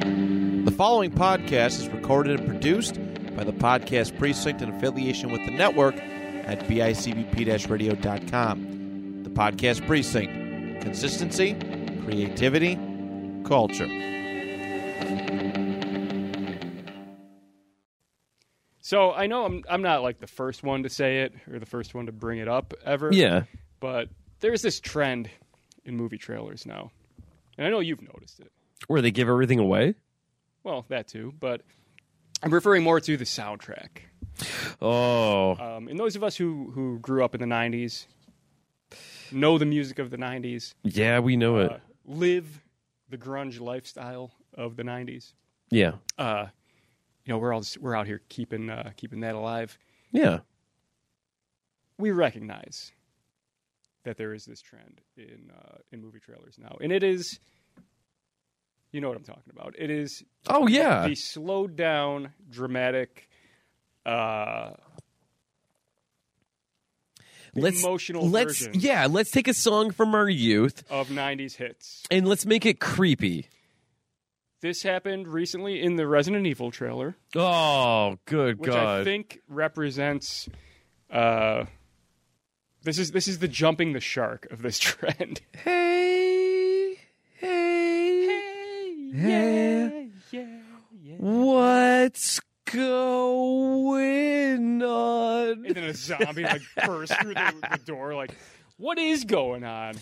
The following podcast is recorded and produced by the Podcast Precinct in affiliation with the network at bicbp radio.com. The Podcast Precinct consistency, creativity, culture. So I know I'm I'm not like the first one to say it or the first one to bring it up ever. Yeah. But there's this trend in movie trailers now. And I know you've noticed it. Where they give everything away? Well, that too, but I'm referring more to the soundtrack. Oh. Um, and those of us who, who grew up in the 90s know the music of the 90s, Yeah, we know it. uh, live the grunge lifestyle of the 90s. yeah. Uh, you know, we're all we're out here keeping uh, keeping that alive. Yeah. we recognize that there is this trend in uh, in movie trailers now, and it is, you know what I'm talking about. It is Oh yeah. the slowed down, dramatic, uh, Let's emotional let's version yeah, let's take a song from our youth of '90s hits. and let's make it creepy. This happened recently in the Resident Evil trailer, Oh, good which I god. think represents. Uh, this is this is the jumping the shark of this trend. hey. Hey. Hey. yeah, yeah. What's going on? and then a zombie like bursts through the, the door. Like, what is going on?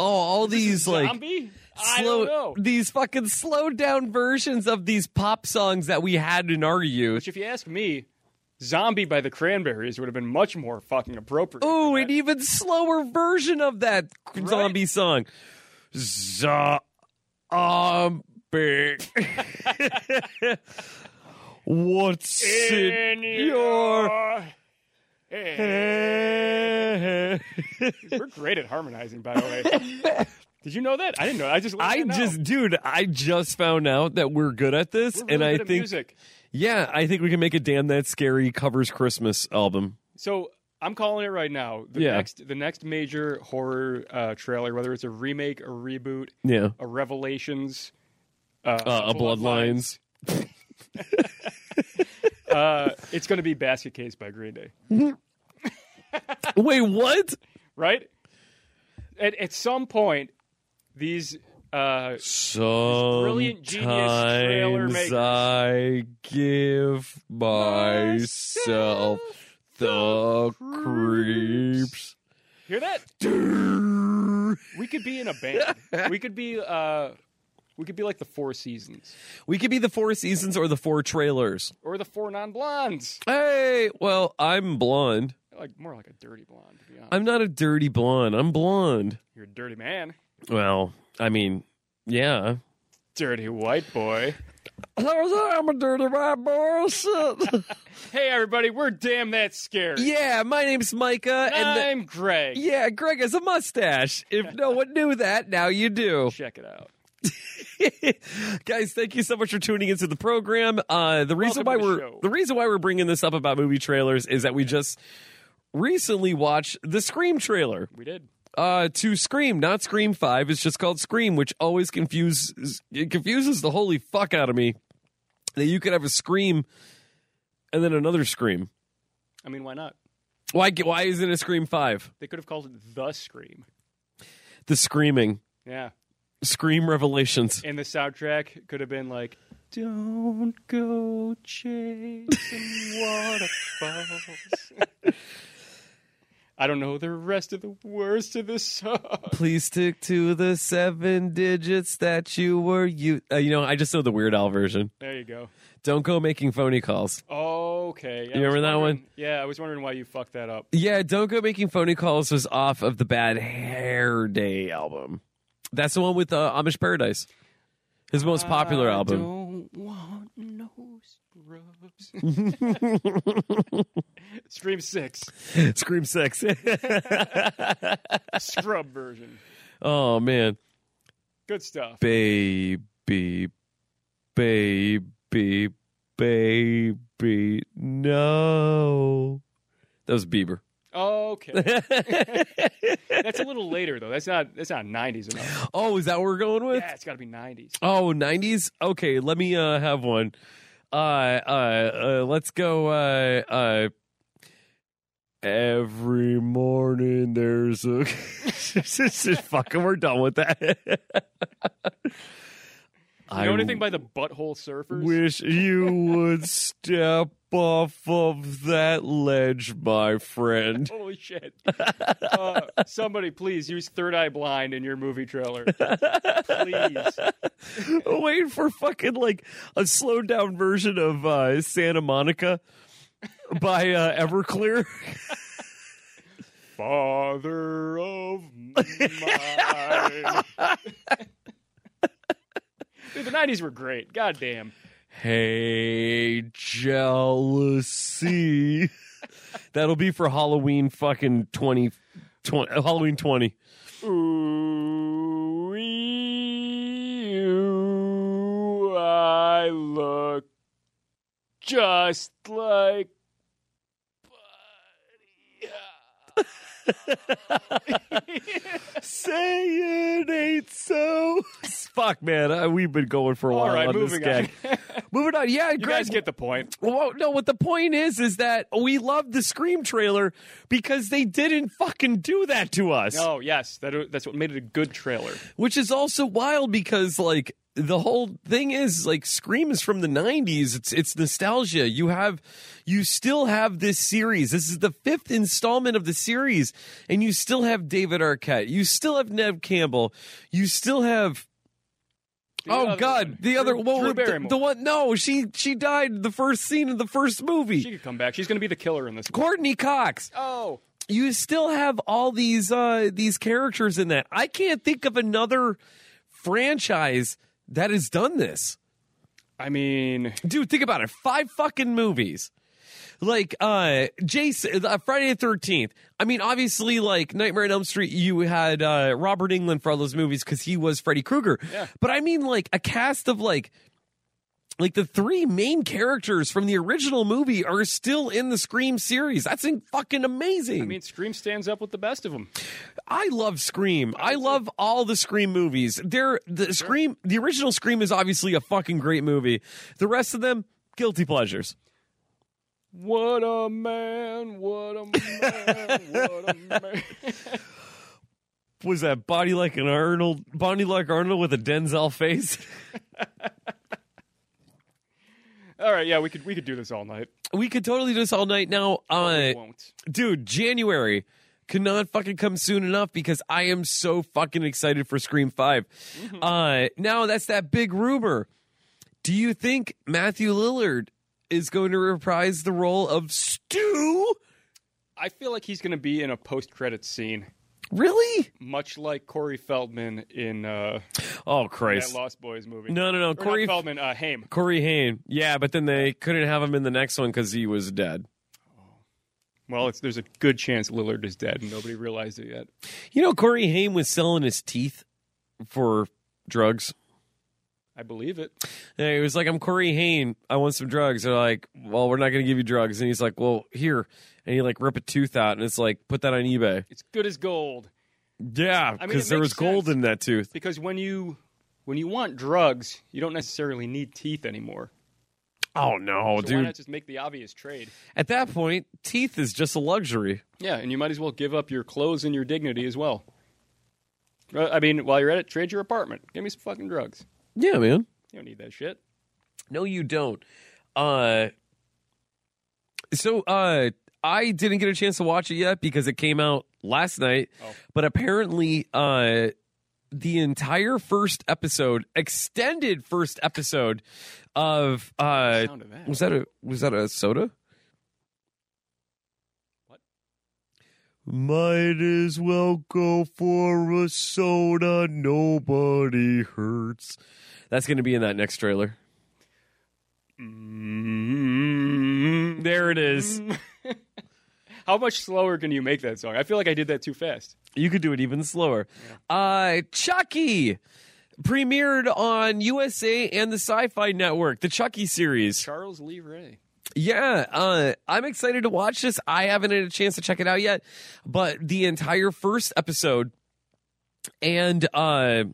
Oh, all these like zombie? I slow don't know. these fucking slowed down versions of these pop songs that we had in our youth. Which, if you ask me, "Zombie" by the Cranberries would have been much more fucking appropriate. Oh, for an that. even slower version of that Right? zombie song. Zombie. What's in, In your Hey. head? We're great at harmonizing, by the way. Did you know that? I didn't know. I just learned I that now. just, dude, I just found out that we're good at this, We're really and I good at think, music. yeah, I think we can make a damn that scary covers Christmas album. So I'm calling it right now. The Yeah. next, the next major horror uh, trailer, whether it's a remake, a reboot, Yeah, a Revelations, uh, a Bloodlines. Bloodlines. uh, it's going to be Basket Case by Green Day, Wait, what? right? At, at some point, these uh, brilliant genius trailer Sometimes makers. I give myself the creeps. hear that we could be in a band. we could be uh, we could be like the Four Seasons We could be the four seasons or the four trailers. or the Four Non Blondes. Hey, well, I'm blonde. Like more like a dirty blonde, to be honest. I'm not a dirty blonde. I'm blonde. You're a dirty man, Well, I mean, yeah. dirty white boy. I'm a dirty white boy. shit. Hey everybody, we're damn that scary. yeah, my name's Micah, and the- I'm Greg. yeah, Greg has a mustache. If no one knew that, now you do. Check it out. Guys, thank you so much for tuning into the program. Uh, the Welcome reason why to the we're show. the reason why we're bringing this up about movie trailers is that we just recently watched the Scream trailer. We did. Uh, to Scream, not Scream Five. It's just called Scream, which always confuses it confuses the holy fuck out of me that you could have a Scream and then another Scream. I mean, why not? Why why isn't it Scream Five? They could have called it the Scream. The Screaming Yeah. Scream Revelations. and the soundtrack could have been like don't go chasing waterfalls i don't know the rest of the words to this song Please stick to the seven digits that you were you. Uh, you know, I just know the Weird Al version. there you go Don't go making phony calls. okay yeah, I You was remember that wondering- one? yeah i was wondering why you fucked that up Yeah, don't go making phony calls was off of the Bad Hair Day album. That's the one with uh, Amish Paradise, his most popular I album. don't want no scrubs stream six Scream Six. scrub version oh man, good stuff baby, baby, baby, no. That was Bieber. Okay, that's a little later though. That's not that's not nineties enough. oh, is that what we're going with? Yeah, it's got to be nineties. Oh, 90s? Okay, let me uh have one. Uh uh, uh let's go uh uh Every morning there's a fucking we're done with that. You know anything by the Butthole Surfers? Wish you would step off of that ledge, my friend. Holy shit! Uh, somebody, please use Third Eye Blind in your movie trailer. Please. Waiting for fucking like a slowed down version of uh, Santa Monica by uh, Everclear. Father of mine. Dude, the nineties were great. God damn. Hey, jealousy. That'll be for Halloween fucking 20, 20 uh, Halloween 20. Ooh, you, I look just like. Say it ain't so. Fuck, man. I, we've been going for a All while right, on this moving on. gag. Moving on. Yeah, You Greg, guys get the point. Well, no, what the point is is that we love the Scream trailer because they didn't fucking do that to us, Oh yes, that that's what made it a good trailer. which is also wild because like the whole thing is like Scream is from the 90s. It's it's nostalgia. You have you still have this series. This is the 5th installment of the series and you still have David Arquette. You still have Nev Campbell. You still have The oh other God! one. The other Drew, well, Drew the- Barrymore. the, one. No, she she died the first scene of the first movie. she could come back. She's going to be the killer in this. Courtney Cox. Oh, you still have all these uh these characters in that. I can't think of another franchise that has done this. I mean, Dude, think about it. Five fucking movies. Like uh Jason uh, Friday the 13th. I mean, obviously like Nightmare on Elm Street, you had uh Robert England for all those movies cuz he was Freddy Krueger. Yeah. But I mean like a cast of like like the three main characters from the original movie are still in the Scream series. That's in fucking amazing. I mean, Scream stands up with the best of them. I love Scream. I love all the Scream movies. They're the Scream. The original Scream is obviously a fucking great movie. The rest of them, guilty pleasures. What a man! What a man! what a man! Was that body like an Arnold? Body like Arnold with a Denzel face. All right, yeah, we could we could do this all night. we could totally do this all night now. Uh, We won't. dude, January cannot fucking come soon enough because I am so fucking excited for Scream 5. Uh, now that's that big rumor. Do you think Matthew Lillard is going to reprise the role of Stu? I feel like he's going to be in a post credit scene, Really? much like Corey Feldman in uh, Oh that Christ. Lost Boys movie. No, no, no. Or not Corey Feldman, uh, Haim. Corey Haim. Yeah, but then they couldn't have him in the next one cuz he was dead. Well, it's, there's a good chance Lillard is dead, and nobody realized it yet. You know Corey Haim was selling his teeth for drugs. I believe it. Yeah, he was like, I'm Corey Haim. I want some drugs. They're like, well, we're not going to give you drugs. And he's like, well, here. And he like rip a tooth out and it's like, put that on eBay. It's good as gold Yeah, I mean, because it there was makes gold sense. in that tooth. because when you when you want drugs, you don't necessarily need teeth anymore. Oh no, So why dude. not just make the obvious trade? At that point, teeth is just a luxury. Yeah, and you might as well give up your clothes and your dignity as well. Uh, I mean, while you're at it, trade your apartment. Give me some fucking drugs. Yeah, man. You don't need that shit. No, you don't. Uh, so uh, I didn't get a chance to watch it yet because it came out last night. Oh. But apparently, uh, the entire first episode, extended first episode of uh, Sound of that. was that a was that a soda? What? Might as well go for a soda. Nobody hurts. That's going to be in that next trailer. Mm. There it is. How much slower can you make that song? I feel like I did that too fast. You could do it even slower. Uh, Chucky premiered on USA and the Sci Fi Network, the Chucky series. Charles Lee Ray. Yeah, uh, I'm excited to watch this. I haven't had a chance to check it out yet, but the entire first episode and uh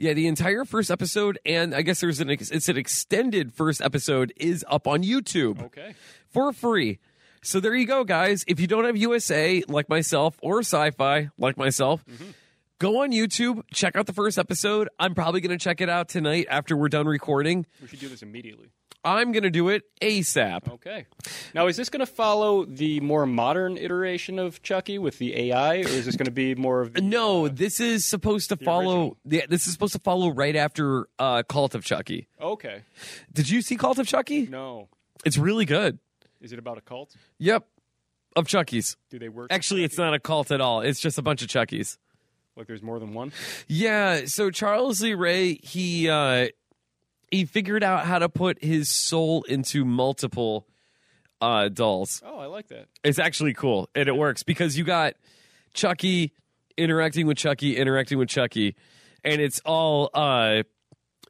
yeah, the entire first episode and I guess there's an ex- it's an extended first episode is up on YouTube Okay. for free. So there you go, guys. If you don't have USA like myself or sci fi like myself, Mm-hmm. go on YouTube, check out the first episode. I'm probably going to check it out tonight after we're done recording. We should do this immediately. I'm going to do it ASAP. Okay. Now, is this going to follow the more modern iteration of Chucky with the AI, or is this going to be more of the, No, this is supposed to follow. Oh, original. Yeah, this is supposed to follow right after uh, Cult of Chucky. Okay. Did you see Cult of Chucky? No. It's really good. Is it about a cult? Yep, of Chucky's. Do they work? Actually, it's not a cult at all. It's just a bunch of Chucky's. like there's more than one. Yeah, so Charles Lee Ray, he uh he figured out how to put his soul into multiple uh dolls. Oh, I like that. It's actually cool and it works because you got Chucky interacting with Chucky, interacting with Chucky, and it's all uh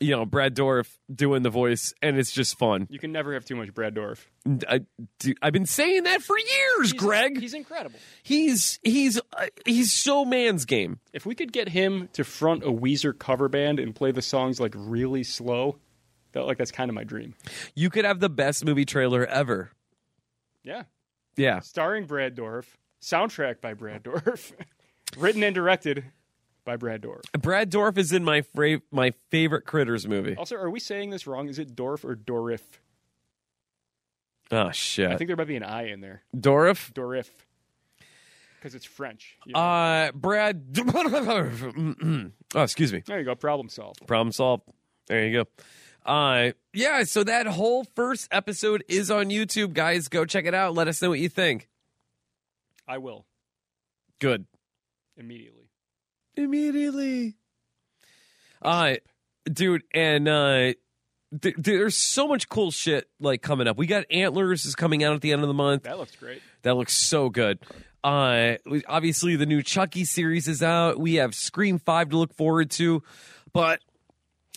you know, Brad Dorff doing the voice and it's just fun. You can never have too much Brad Dorf. I, dude, I've been saying that for years, Greg. he's incredible. He's he's uh, he's so man's game. If we could get him to front a Weezer cover band and play the songs like really slow, that like that's kind of my dream. You could have the best movie trailer ever. Yeah. Yeah. Starring Brad Dorf, soundtrack by Brad Dorf, written and directed by Brad Dorf. Brad Dorf is in my fra- my favorite Critters movie. Also, are we saying this wrong? Is it Dorf or Dorif? Oh I shit, think there might be an I in there. Dorf. Dorif. Because it's French. you know. Uh, Brad. oh, excuse me. there you go. Problem solved. Problem solved. There you go. Uh, yeah. So that whole first episode is on YouTube, guys. Go check it out. Let us know what you think. I will Good. immediately. Immediately. Uh, dude, and uh, th- there's so much cool shit like coming up. We got Antlers is coming out at the end of the month. That looks great. That looks so good. Uh, we- obviously, the new Chucky series is out. We have Scream Five to look forward to, but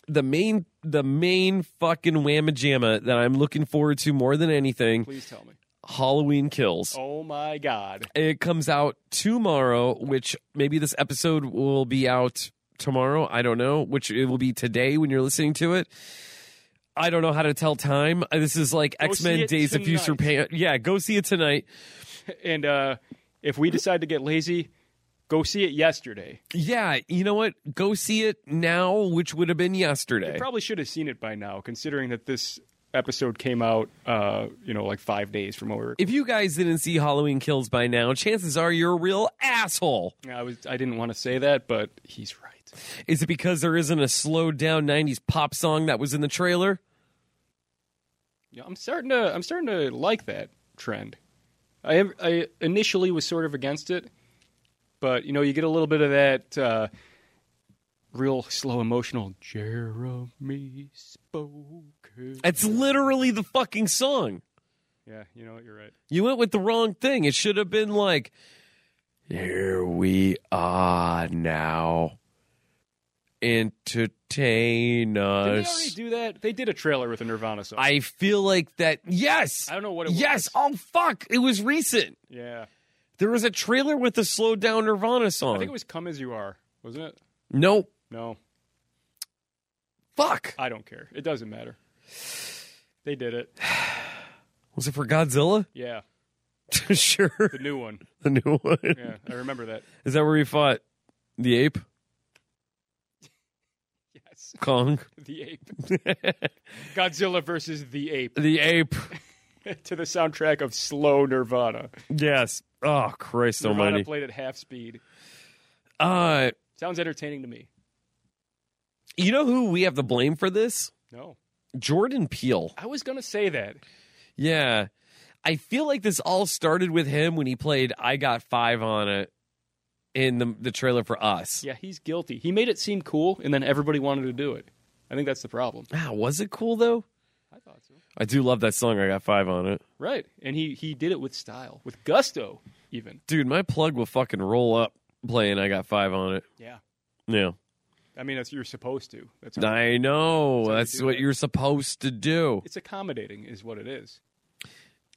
the main, the main fucking whamma jamma that I'm looking forward to more than anything, Please tell me. Halloween Kills. Oh my God. It comes out tomorrow, which maybe this episode will be out tomorrow. I don't know, which it will be today when you're listening to it. I don't know how to tell time. Uh, This is like X see Men it Days of Future Pan. tonight. Yeah, go see it tonight. And uh, if we decide to get lazy, go see it yesterday. Yeah, you know what? Go see it now, which would have been yesterday. You probably should have seen it by now, considering that this episode came out, uh, you know, like five days from over. if you guys didn't see Halloween Kills by now, chances are you're a real asshole. I was I didn't want to say that, but he's right. Is it because there isn't a slowed down 90s pop song that was in the trailer? Yeah, I'm starting to I'm starting to like that trend. I am, I initially was sort of against it, but you know, you get a little bit of that uh, real slow emotional Jeremy spoke. It's literally the fucking song. Yeah, you know what? You're right. You went with the wrong thing. It should have been like, here we are now. Entertain Did they already us. do that? They did a trailer with a Nirvana song. I feel like that. Yes. I don't know what it Yes. was. Oh, fuck. It was recent. Yeah. There was a trailer with the slow down Nirvana song. I think it was Come As You Are, wasn't it? nope. No, Fuck. I don't care. It doesn't matter. They did it. Was it for Godzilla? Yeah, sure. the new one. The new one. Yeah, I remember that. Is that where he fought the ape? Yes. Kong? The ape. the Godzilla versus the ape ape. to the soundtrack of Slow Nirvana. Yes. Oh, Christ Nirvana almighty. played at half speed. Uh, Sounds entertaining to me. you know who we have to blame for this? No. Jordan Peele. I was going to say that. Yeah. I feel like this all started with him when he played I Got Five on it in the, the trailer for Us. Yeah, he's guilty. He made it seem cool, and then everybody wanted to do it. I think that's the problem. Ah, was it cool, though? I thought so. I do love that song, I Got Five on it. Right. And he, he did it with style, with gusto, even. Dude, my plug will fucking roll up playing I Got Five on it. Yeah. Yeah. I mean, that's you're supposed to. That's I know. So you That's do what that. you're supposed to do. it's accommodating, is what it is.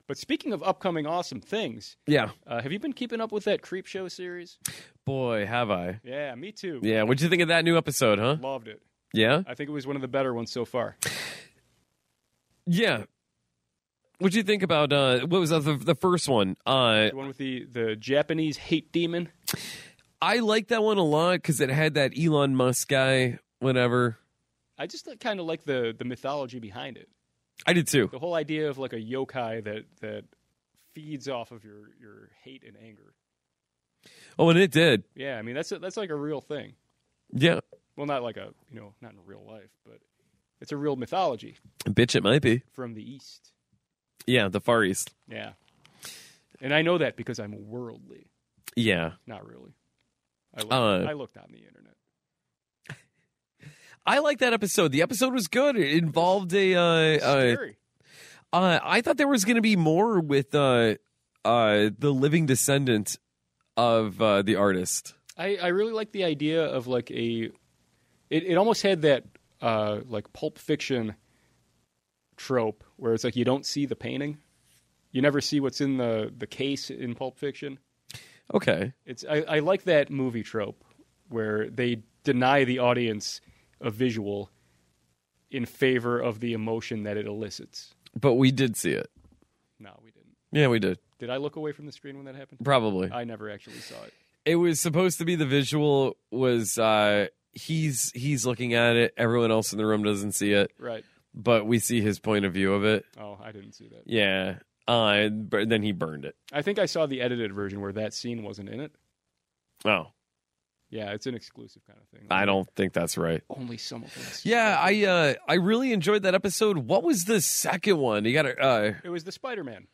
But speaking of upcoming awesome things, Yeah. uh, have you been keeping up with that Creep Show series? Boy, have I. Yeah, me too. Yeah. What'd you think of that new episode, huh? Loved it. Yeah. I think it was one of the better ones so far. Yeah. What'd you think about uh what was that, the, the first one? Uh The one with the, the Japanese hate demon. I like that one a lot because it had that Elon Musk guy, whatever. I just kind of like the, the mythology behind it. I did too. The whole idea of like a yokai that that feeds off of your, your hate and anger. Oh, and it did. Yeah, I mean that's a, that's like a real thing. Yeah. Well, not like a you know not in real life, but it's a real mythology Bitch, it might be. from the East. Yeah, the Far East. Yeah, and I know that because I'm worldly. Yeah. Not really. I looked, Uh, I looked on the internet. I like that episode. The episode was good. It involved a uh, uh, Scary. uh I thought there was going to be more with uh uh the living descendant of uh the artist. I, I really like the idea of like a. It, it almost had that uh, like Pulp Fiction trope where it's like you don't see the painting, you never see what's in the the case in Pulp Fiction. Okay. It's I, I like that movie trope where they deny the audience a visual in favor of the emotion that it elicits. But we did see it. No, we didn't. Yeah, we did. Did I look away from the screen when that happened? Probably. I never actually saw it. Uh, it was supposed to be the visual was uh he's he's looking at it everyone else in the room doesn't see it Right. but we see his point of view of it Oh, I didn't see that. yeah uh but then he burned it I think I saw the edited version where that scene wasn't in it. oh Yeah, it's an exclusive kind of thing. i don't think that's right Only some of us. yeah i uh i really enjoyed that episode what was the second one you gotta uh It was the Spider-Man.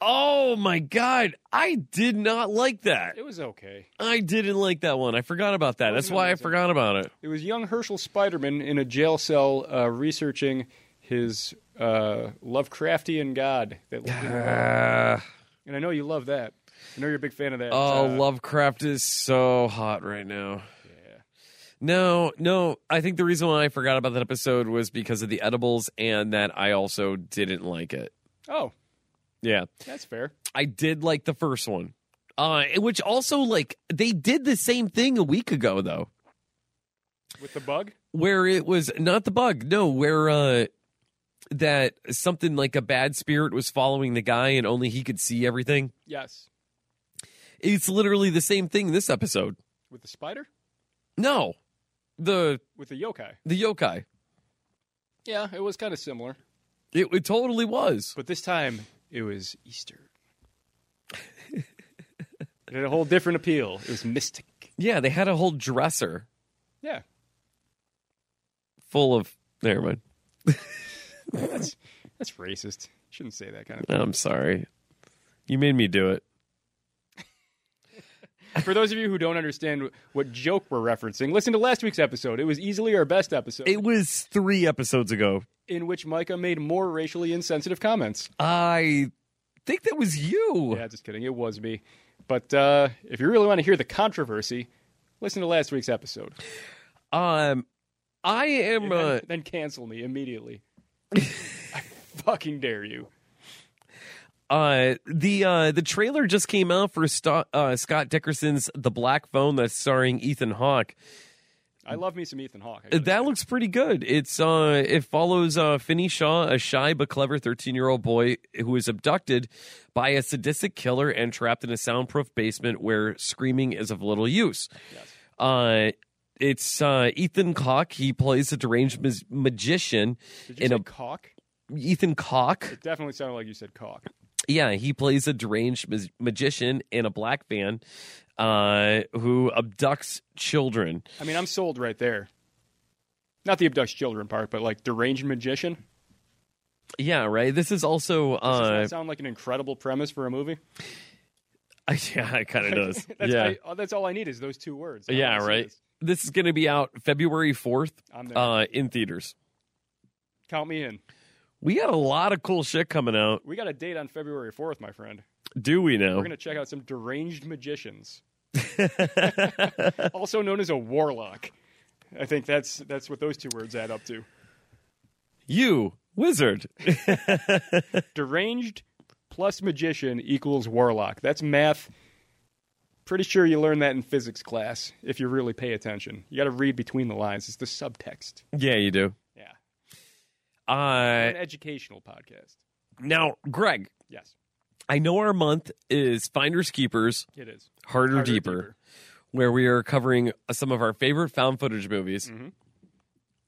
oh my god i did not like that It was okay. i didn't like that one i forgot about that that's why i forgot about it It was young Herschel Spiderman in a jail cell uh, researching his uh, Lovecraftian god that lived in Ah. And I know you love that. I know you're a big fan of that. oh uh, lovecraft is so hot right now Yeah. No, no. I think the reason why I forgot about that episode was because of the edibles and that I also didn't like it. Oh, Yeah. that's fair. I did like the first one. Uh which also like they did the same thing a week ago though, With the bug? where it was not the bug, no, where uh that something like a bad spirit was following the guy and only he could see everything. Yes. It's literally the same thing this episode. With the spider? No. The With the yokai? the yokai. Yeah, it was kind of similar. It, it totally was. But this time, it was Easter. it had a whole different appeal. It was mystic. Yeah, they had a whole dresser Yeah. full of. Never mind. That's, that's racist. Shouldn't say that kind of I'm sorry. You made me do it. thing. For those of you who don't understand what joke we're referencing, listen to last week's episode. It was easily our best episode, It was three episodes ago. in which Micah made more racially insensitive comments. I think that was you. Yeah, just kidding. It was me. But uh, if you really want to hear the controversy, listen to last week's episode. Um, I am. Uh, Then, then cancel me immediately. I fucking dare you. uh, the uh, the trailer just came out for Sto- uh, Scott Dickerson's The Black Phone that's starring Ethan Hawke. I love me some Ethan Hawke. I really That do. looks pretty good. It's uh, it follows uh, Finney Shaw, a shy but clever thirteen-year-old boy who is abducted by a sadistic killer and trapped in a soundproof basement where screaming is of little use. Yes. Uh, it's uh, Ethan Cock. He plays a deranged ma- magician. Did you in say a- cock? Ethan Cock. It definitely sounded like you said cock. Yeah, he plays a deranged ma- magician in a black van uh, who abducts children. I mean, I'm sold right there. Not the abducts children part, but like deranged magician. Yeah, right. This is also. Does Uh, that sound like an incredible premise for a movie? yeah, it kind of does. That's, yeah. I- oh, that's all I need is those two words. I yeah, wanna see right. this. This is going to be out February 4th I'm there. uh, in theaters. Count me in. We got a lot of cool shit coming out. We got a date on February 4th, my friend. Do we We're know? going to check out some deranged magicians, also known as a warlock. I think that's that's what those two words add up to. you Wizard. Deranged plus magician equals warlock. That's math. Pretty sure you learned that in physics class if you really pay attention. You got to read between the lines. It's the subtext. yeah, you do. Yeah. Uh, An educational podcast. now, Greg, Yes, I know our month is Finders Keepers, it is. Harder, Harder, deeper, where we are covering uh, some of our favorite found footage movies. Mhm.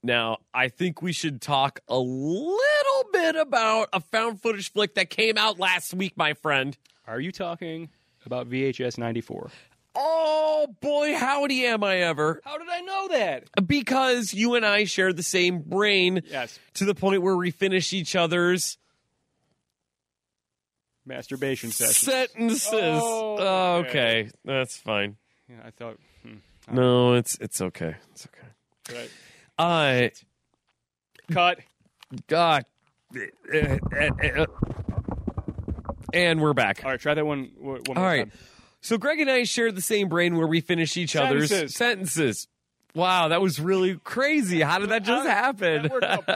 Now, I think we should talk a little bit about a found footage flick that came out last week, my friend. Are you talking about VHS 94? Oh boy, howdy am I ever. How did I know that? Because you and I share the same brain Yes, to the point where we finish each other's masturbation session. sentences. Oh, Oh, okay. okay, that's fine. Yeah, I thought. hmm, No, it's it's okay. It's okay. right. I Cut. God. Eh, eh, eh, eh. And we're back. All right, try that one. one one more All right. time. So Greg and I share the same brain where we finish each other's Sentences. sentences. Wow, that was really crazy. How did that just That- happen? that worked out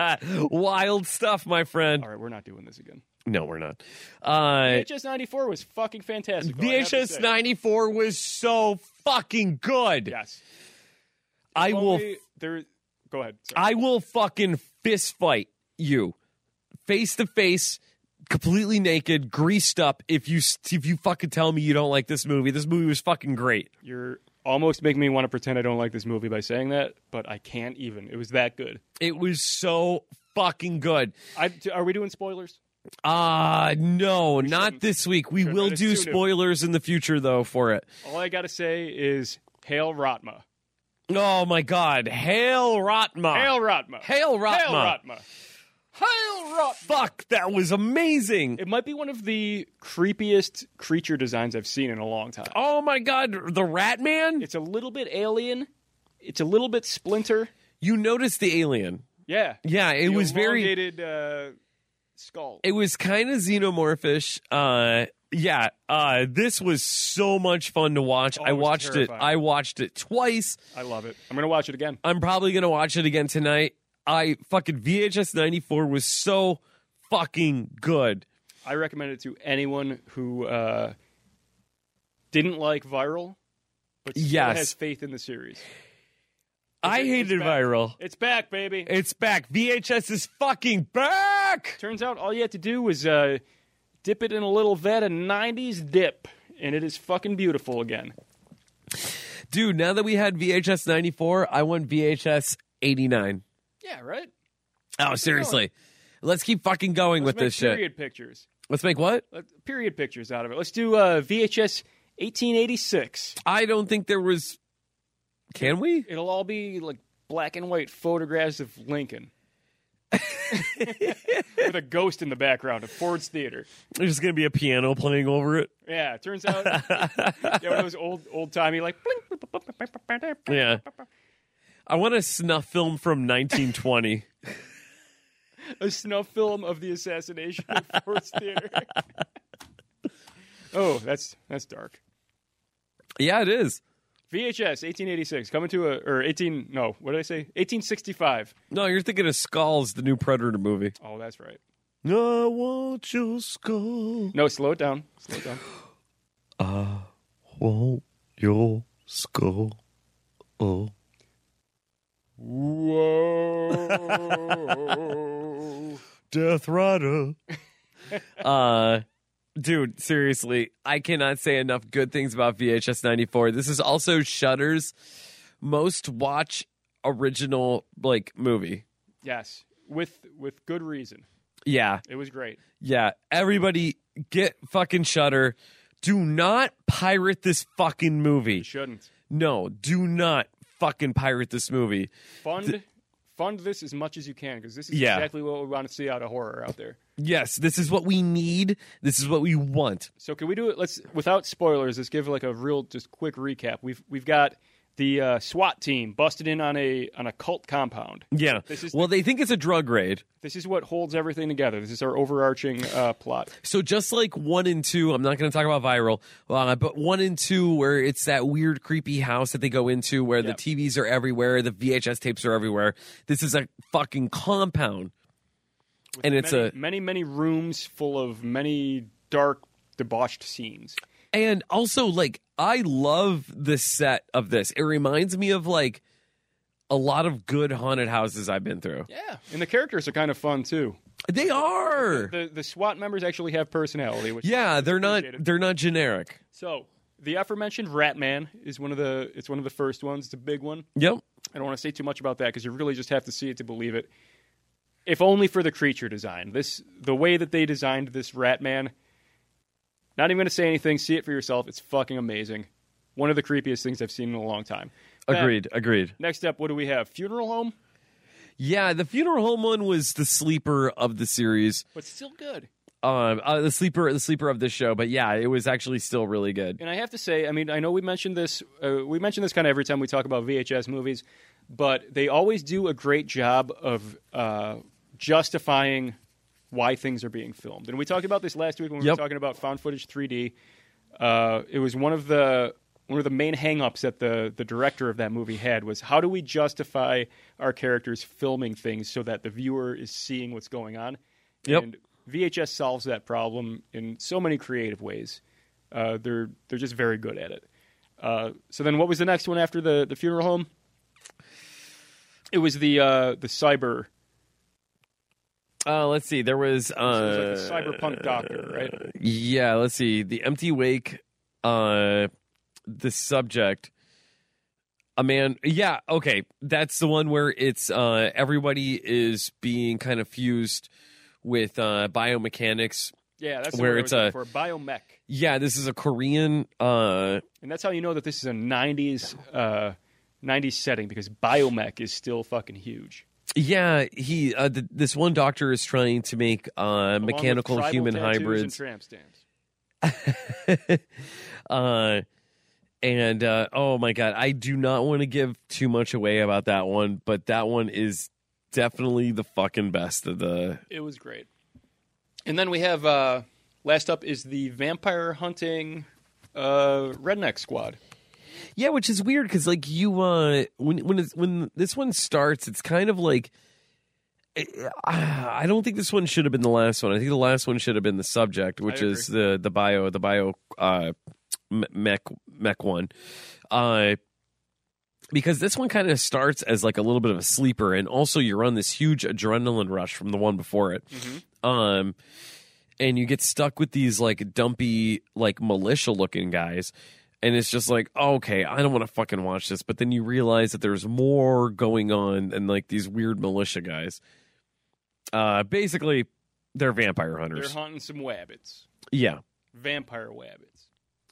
perfectly. Wild stuff, my friend. All right, we're not doing this again. No, we're not. Uh, VHS 94 was fucking fantastic. all I have to say. VHS 94 was so fucking good. Yes. I will Only There. Go ahead. Sorry. I will fucking fist fight you face to face, completely naked, greased up. If you if you fucking tell me you don't like this movie, this movie was fucking great. You're almost making me want to pretend I don't like this movie by saying that, but I can't even. It was that good. It was so fucking good. I, t- are we doing spoilers? Uh no, not shouldn't. this week. We shouldn't. will It's do too new. spoilers in the future though for it. All I gotta say is hail Rotma. Oh my god. Hail Rotma. Hail Rotma. Ah. Hail Rotma. Hail Rotma. Hail Rotma. Fuck, that was amazing. It might be one of the creepiest creature designs I've seen in a long time. Oh my god, the rat man? It's a little bit alien. It's a little bit splinter. You noticed the alien. Yeah. Yeah, The it was very elongated, uh, skull. it was kind of xenomorphish. Uh, yeah, uh, this was so much fun to watch. Oh, I it was watched terrifying. it. I watched it twice. I love it. I'm gonna watch it again. I'm probably gonna watch it again tonight. I fucking VHS '94 was so fucking good. I recommend it to anyone who uh, didn't like Viral, but still Yes. has faith in the series. I it- hated it's back. viral. It's back, baby. It's back. VHS is fucking back. Turns out all you had to do was uh, dip it in a little vet of 90s dip, and it is fucking beautiful again. Dude, now that we had VHS '94, I want VHS '89. Yeah, right? Oh, seriously. Let's keep fucking going Let's with make this shit. period pictures. Let's make what? Let, period pictures out of it. Let's do uh, VHS 1886. I don't think there was. Can we? It'll all be like black and white photographs of Lincoln. With a ghost in the background of Ford's Theater. There's just gonna be a piano playing over it. Yeah, it turns out yeah, when it was old old timey like bling, boop, boop, boop, boop, boop, boop, boop. Yeah. I want a snuff film from 1920. a snuff film of the assassination of Ford's Theater. oh, that's that's dark. yeah, it is. VHS 1886 coming to a or 18 no, what did I say? 1865. No, you're thinking of Skulls, the new Predator movie. Oh, that's right. I want your skull. No, slow it down. Slow it down. Want your skull. Oh. Whoa. Death Rider. uh dude, seriously, I cannot say enough good things about VHS 94. This is also Shudder's most watch original like movie. yes, with with good reason. Yeah. It was great. Yeah, everybody get fucking Shutter. Do not pirate this fucking You movie. shouldn't No, do not fucking pirate this movie. fund fund this as much as you can because this is Yeah. exactly what we want to see out of horror out there. Yes, this is what we need. This is what we want. So can we do it? Let's without spoilers. Let's give like a real just quick recap. We've we've got the uh, SWAT team busted in on a on a cult compound. Yeah. This is- well, they think it's a drug raid. This is what holds everything together. This is our overarching uh, plot. So just like one and two, I'm not going to talk about viral, uh, but one and two, where it's that weird, creepy house that they go into, where Yep. the TVs are everywhere, the VHS tapes are everywhere. This is a fucking compound. with And it's many, a- many many rooms full of many dark debauched scenes. And also, like, I love the set of this. It reminds me of like a lot of good haunted houses I've been through. Yeah, and the characters are kind of fun too. They are. The the SWAT members actually have personality. Which Yeah, they're not Appreciate it. they're not generic. So the aforementioned Rat Man is one of the it's one of the first ones. It's a big one. Yep. I don't want to say too much about that because you really just have to see it to believe it. If only for the creature design. This the way that they designed this Rat Man. Not even going to say anything. See it for yourself. It's fucking amazing. One of the creepiest things I've seen in a long time. Then, Agreed. Agreed. next up, what do we have? Funeral home, Yeah, the funeral home one was the sleeper of the series. but still good. Um, uh, the sleeper, the sleeper of this show. But yeah, it was actually still really good. And I have to say, I mean, I know we mentioned this, uh, we mention this kind of every time we talk about VHS movies, but they always do a great job of uh, justifying why things are being filmed. And we talked about this last week when we Yep. were talking about found footage 3D. Uh, it was one of the one of the main hangups that the the director of that movie had was how do we justify our characters filming things so that the viewer is seeing what's going on. Yep. And VHS solves that problem in so many creative ways. Uh, they're they're just very good at it. Uh, so then, what was the next one after the, the funeral home? It was the uh, the cyber. Uh, let's see. There was, It uh, was like the cyberpunk doctor, right? yeah. Let's see. The empty wake. Uh, the subject. A man. Yeah. Okay. That's the one where it's uh everybody is being kind of fused with uh biomechanics. Yeah, that's the Where word I it's uh, was looking a- for biomech, Yeah, this is a Korean. uh and that's how you know that this is a '90s uh, '90s setting because biomech is still fucking huge. Yeah, he. Uh, th- this one doctor is trying to make uh, Along with mechanical tribal human tattoos and hybrids. tramp stamps. uh, and uh, oh my god, I do not want to give too much away about that one, but that one is definitely the fucking best of the. It was great. And then we have uh, last up is the vampire hunting uh, redneck squad. Yeah, which is weird because like you, uh, when when it's, when this one starts, it's kind of like. eh, ah, I I don't think this one should have been the last one. I think the last one should have been the subject, which agree. is the the bio the bio uh, me- mech mech one, uh, because this one kind of starts as like a little bit of a sleeper, and also you're on this huge adrenaline rush from the one before it, um, and you get stuck with these like dumpy like militia looking guys. And it's just like, okay, I don't want to fucking watch this. But then you realize that there's more going on than like these weird militia guys uh basically they're vampire They're hunters hunting some wabbits, yeah vampire wabbits.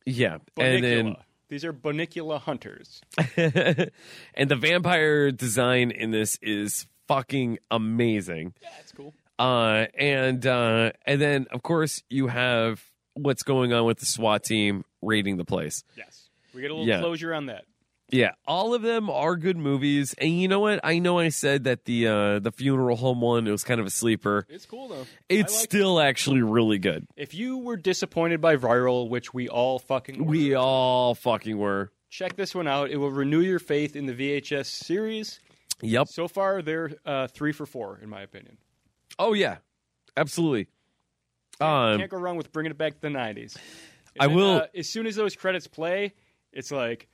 yeah Bonicula. and These are bonicula hunters. then and the vampire design in this is fucking amazing Yeah, that's cool. uh and uh and then of course you have what's going on with the SWAT team raiding the place Yes, we get a little Yeah. closure on that. yeah all of them are good movies and you know what i know i said that the uh the funeral home one it was kind of a sleeper It's cool though. it's I like- still actually really good If you were disappointed by Viral, which we all fucking were, we all fucking were check this one out. It will renew your faith in the VHS series. yep So far, they're uh, three for four, in my opinion. Oh yeah, absolutely. Um, Can't go wrong with bringing it back to the '90s. I then, will- uh, as soon as those credits play, it's like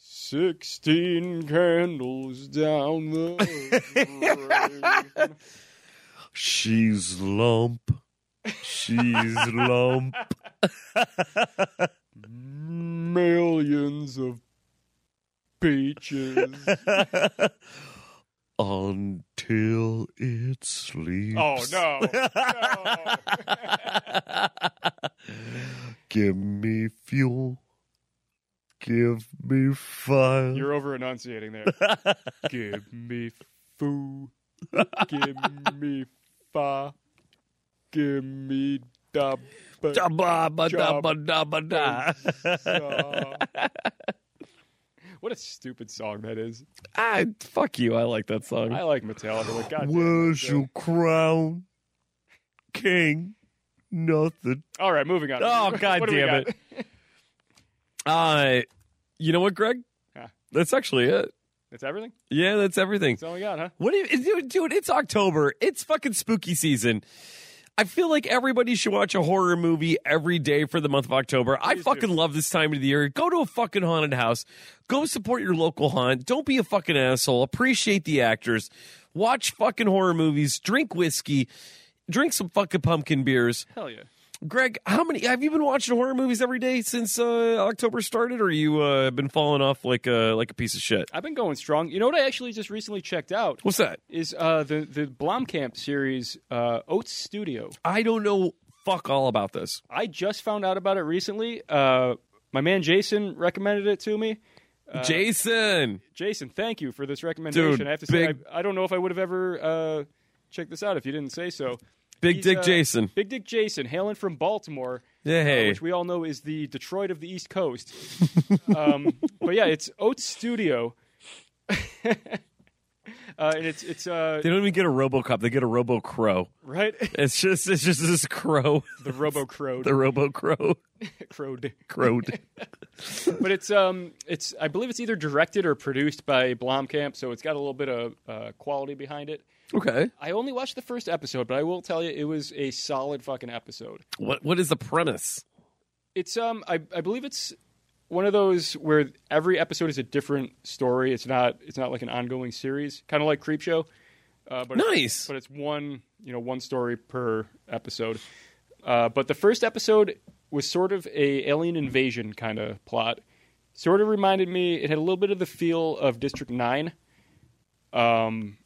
sixteen candles down the. road." she's lump. She's lump. millions of beaches. Until it sleeps. oh no. no. Give me fuel. Give me fire. You're over enunciating there. Give me foo. Give me fa. Give me da. ba- Da ba ba da ba da ba da. sa. What a stupid song that is. Ah, fuck you. I like that song. I like Metallica. Like, God damn it, Where's it's, uh, your crown? King. Nothing. All right, moving on. Oh, What God do we damn got? it. Uh, you know what, Greg? Huh. That's actually it. That's everything. Yeah, that's everything. That's all we got, huh? What do you, dude, dude, it's October. It's fucking spooky season. I feel like everybody should watch a horror movie every day for the month of October. I Please do. fucking love this time of the year. Go to a fucking haunted house. Go support your local haunt. Don't be a fucking asshole. Appreciate the actors. Watch fucking horror movies. Drink whiskey. Drink some fucking pumpkin beers. Hell yeah. Greg, how many have you been watching horror movies every day since uh, October started, or you uh, been falling off like a like a piece of shit? I've been going strong. You know what I actually just recently checked out What's that? is uh, the the Blomkamp series uh, Oats Studio. I don't know fuck all about this. I just found out about it recently. Uh, my man Jason recommended it to me. Jason, Jason, thank you for this recommendation. I have to say, big- I, I don't know if I would have ever uh, checked this out if you didn't say so. Big He's, Dick uh, Jason. Big Dick Jason, hailing from Baltimore, Yeah, hey. which we all know is the Detroit of the East Coast. um, but yeah, it's Oats Studio, uh, and it's it's uh, They don't even get a RoboCop. They get a RoboCrow. right It's just it's just this crow, the Robo Crowed. the RoboCrow crowed. crowed. but it's um it's I believe it's either directed or produced by Blomkamp, so it's got a little bit of uh, quality behind it. okay. I only watched the first episode, but I will tell you it was a solid fucking episode. What what is the premise? It's um I I believe it's one of those where every episode is a different story. It's not it's not like an ongoing series, kind of like Creepshow. Uh, but it's- Nice. but it's one you know one story per episode. Uh, but the first episode was sort of a alien invasion kind of plot. Sort of reminded me. It had a little bit of the feel of District Nine, um,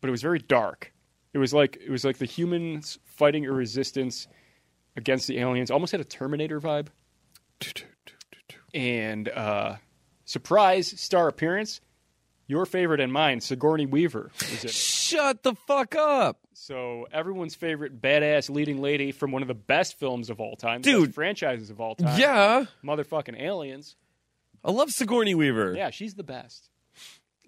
but it was very dark. It was like it was like the humans fighting a resistance against the aliens. Almost had a Terminator vibe. And uh, surprise star appearance, your favorite and mine, Sigourney Weaver. Is it. Shut the fuck up. So everyone's favorite badass leading lady from one of the best films of all time, Dude. best franchises of all time, Yeah. motherfucking aliens. I love Sigourney Weaver. Yeah, she's the best,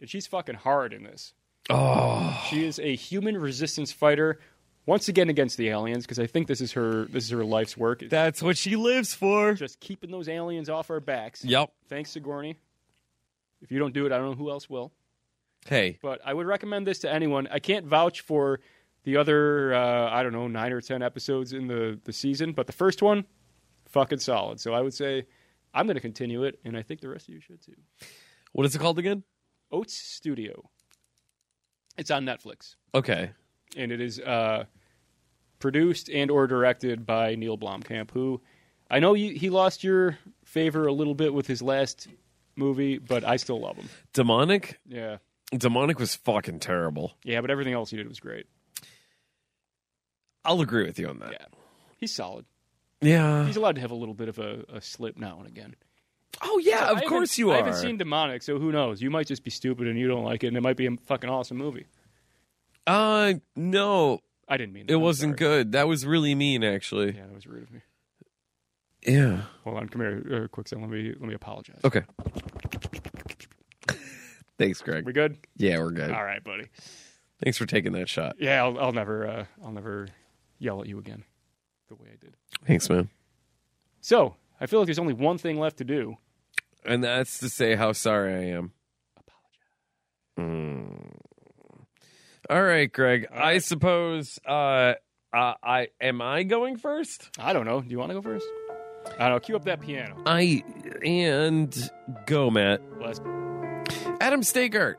and she's fucking hard in this. Oh. She is a human resistance fighter, once again against the aliens because I think this is her this is her life's work. It's That's what she lives for. just keeping those aliens off our backs. Yep. Thanks, Sigourney. If you don't do it, I don't know who else will. Hey. But I would recommend this to anyone. I can't vouch for the other, uh, I don't know, nine or ten episodes in the, the season, but the first one, fucking solid. So I would say I'm going to continue it, and I think the rest of you should too. What is it called again? Oats Studio. It's on Netflix, Okay. and it is uh, produced and or directed by Neil Blomkamp, who I know you, he lost your favor a little bit with his last movie, but I still love him. Demonic? Yeah, Demonic was fucking terrible. yeah, but everything else he did was great. I'll agree with you on that. Yeah, he's solid. Yeah. He's allowed to have a little bit of a, a slip now and again. Oh yeah, I of haven't- course you I are. haven't seen Demonic, so who knows? You might just be stupid and you don't like it, and it might be a fucking awesome movie. uh no, I didn't mean that. it I'm wasn't sorry. good. That was really mean actually. Yeah, that was rude of me. Yeah. Hold on, come here, uh, quick. second. Let me let me apologize. Okay. Thanks, Greg. we good? Yeah, we're good. All right, buddy. Thanks for taking that shot. Yeah, I'll, I'll never uh, I'll never yell at you again the way I did. Thanks, man. So I feel like there's only one thing left to do. And that's to say how sorry I am. Mm. All right, Greg. I suppose uh uh, I am I going first? I don't know. Do you want to go first? I don't know. Cue up that piano. I and go, Matt. Let's- Adam Stegart,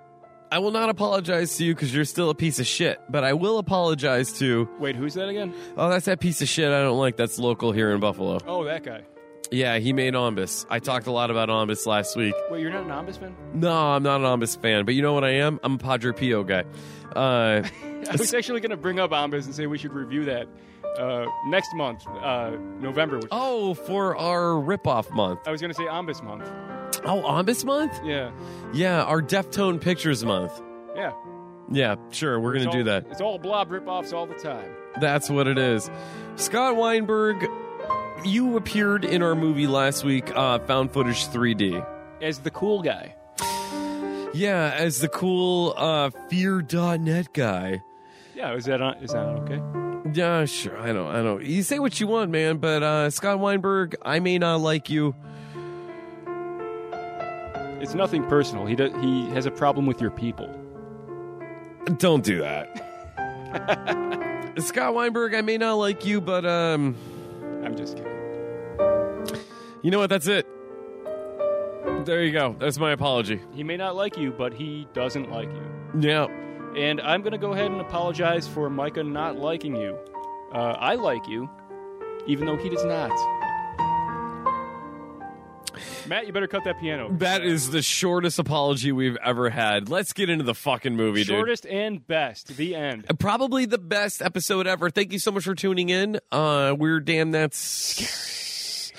I will not apologize to you because you're still a piece of shit, but I will apologize to. Wait, who's that again? Oh, that's that piece of shit I don't like. That's local here in Buffalo. Oh, that guy. Yeah, he made Ombus. I talked a lot about Ombus last week. Wait, you're not an ombudsman? No, I'm not an Ombus fan, but you know what I am? I'm a Padre Pio guy. Uh, I was actually going to bring up Ombas and say we should review that uh, next month, uh, November. Which oh, for our ripoff month. I was going to say Ombas month. Oh, Ombus month? Yeah, Yeah, our Deftone Pictures month. yeah. Yeah, sure, we're It's going to do all- that. It's all blob ripoffs all the time. That's what it is. Scott Weinberg, you appeared in our movie last week, uh, Found Footage 3D. As the cool guy, Yeah, as the cool uh, Fear.net guy. yeah. Is that on, is that okay? Yeah, sure. I know. I know. You say what you want, man, but uh, Scott Weinberg, I may not like you. It's nothing personal. He does, he has a problem with your people. Don't do that. Scott Weinberg, I may not like you, but um, I'm just kidding. you know what? That's it. There you go. That's my apology. He may not like you, but he doesn't like you. Yeah. And I'm going to go ahead and apologize for Micah not liking you. Uh, I like you, even though he does not. Matt, you better cut that piano. That is the shortest apology we've ever had. Let's get into the fucking movie, dude. Shortest and best. The end. Probably the best episode ever. Thank you so much for tuning in. Uh, we're damn that's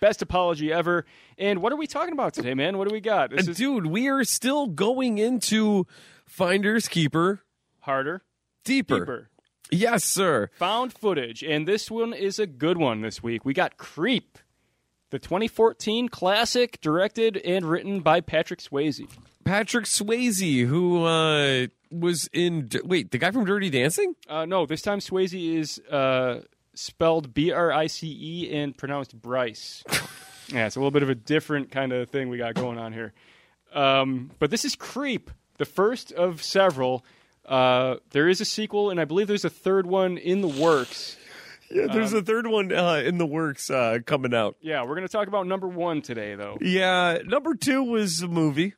Best apology ever. And what are we talking about today, man? What do we got? This is Dude, we are still going into Finders Keeper harder, Deeper. deeper. Yes, sir. Found footage, and this one is a good one this week. We got Creep, the 2014 classic, directed and written by Patrick Swayze. Patrick Swayze, who uh, was in. Wait, the guy from Dirty Dancing? Uh, no, this time Swayze is uh, spelled B R I C E and pronounced Bryce. yeah, it's a little bit of a different kind of thing we got going on here. Um, but this is Creep, the first of several. Uh, there is a sequel, and I believe there's a third one in the works. Yeah, there's a third one uh, in the works uh, coming out. Yeah, we're going to talk about number one today, though. Yeah, number two was a movie.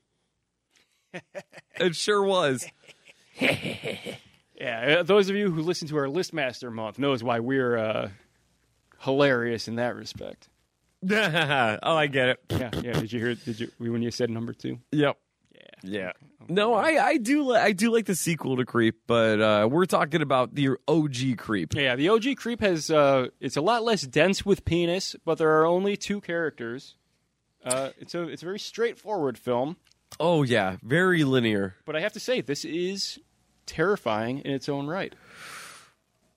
it sure was. Yeah, uh, those of you who listen to our Listmaster month knows why we're uh, hilarious in that respect. oh, I get it. Yeah, yeah. Did you hear? Did you when you said number two? Yep. Yeah. No, I, I do li- I do like the sequel to Creep, but uh, we're talking about the OG Creep. Yeah, the OG creep has uh, it's a lot less dense with penis, but there are only two characters. Uh, it's a it's a very straightforward film, Oh yeah, very linear, but I have to say this is terrifying in its own right.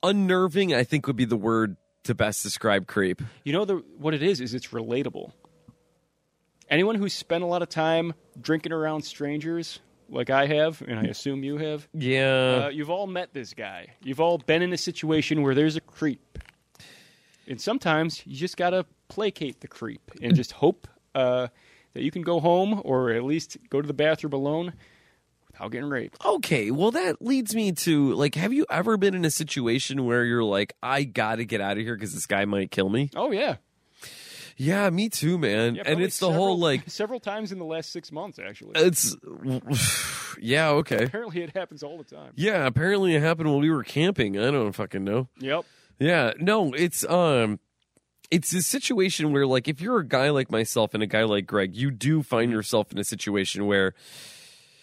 unnerving. I think would be the word to best describe Creep. You know the, what it is is it's relatable. Anyone who's spent a lot of time drinking around strangers, like I have, and I assume you have, Yeah. Uh, you've all met this guy. You've all been in a situation where there's a creep. And sometimes you just got to placate the creep and just hope uh, that you can go home or at least go to the bathroom alone without getting raped. okay, well that leads me to like, have you ever been in a situation where you're like, I gotta get out of here because this guy might kill me? Oh, yeah. Yeah, me too, man. Yeah, and probably it's the whole several- like, Uh, Several times in the last six months, actually. it's yeah, okay. Apparently it happens all the time. Yeah, apparently it happened when we were camping. I don't fucking know. Yep. Yeah, no, it's um it's a situation where like if you're a guy like myself and a guy like Greg, you do find Mm-hmm. yourself in a situation where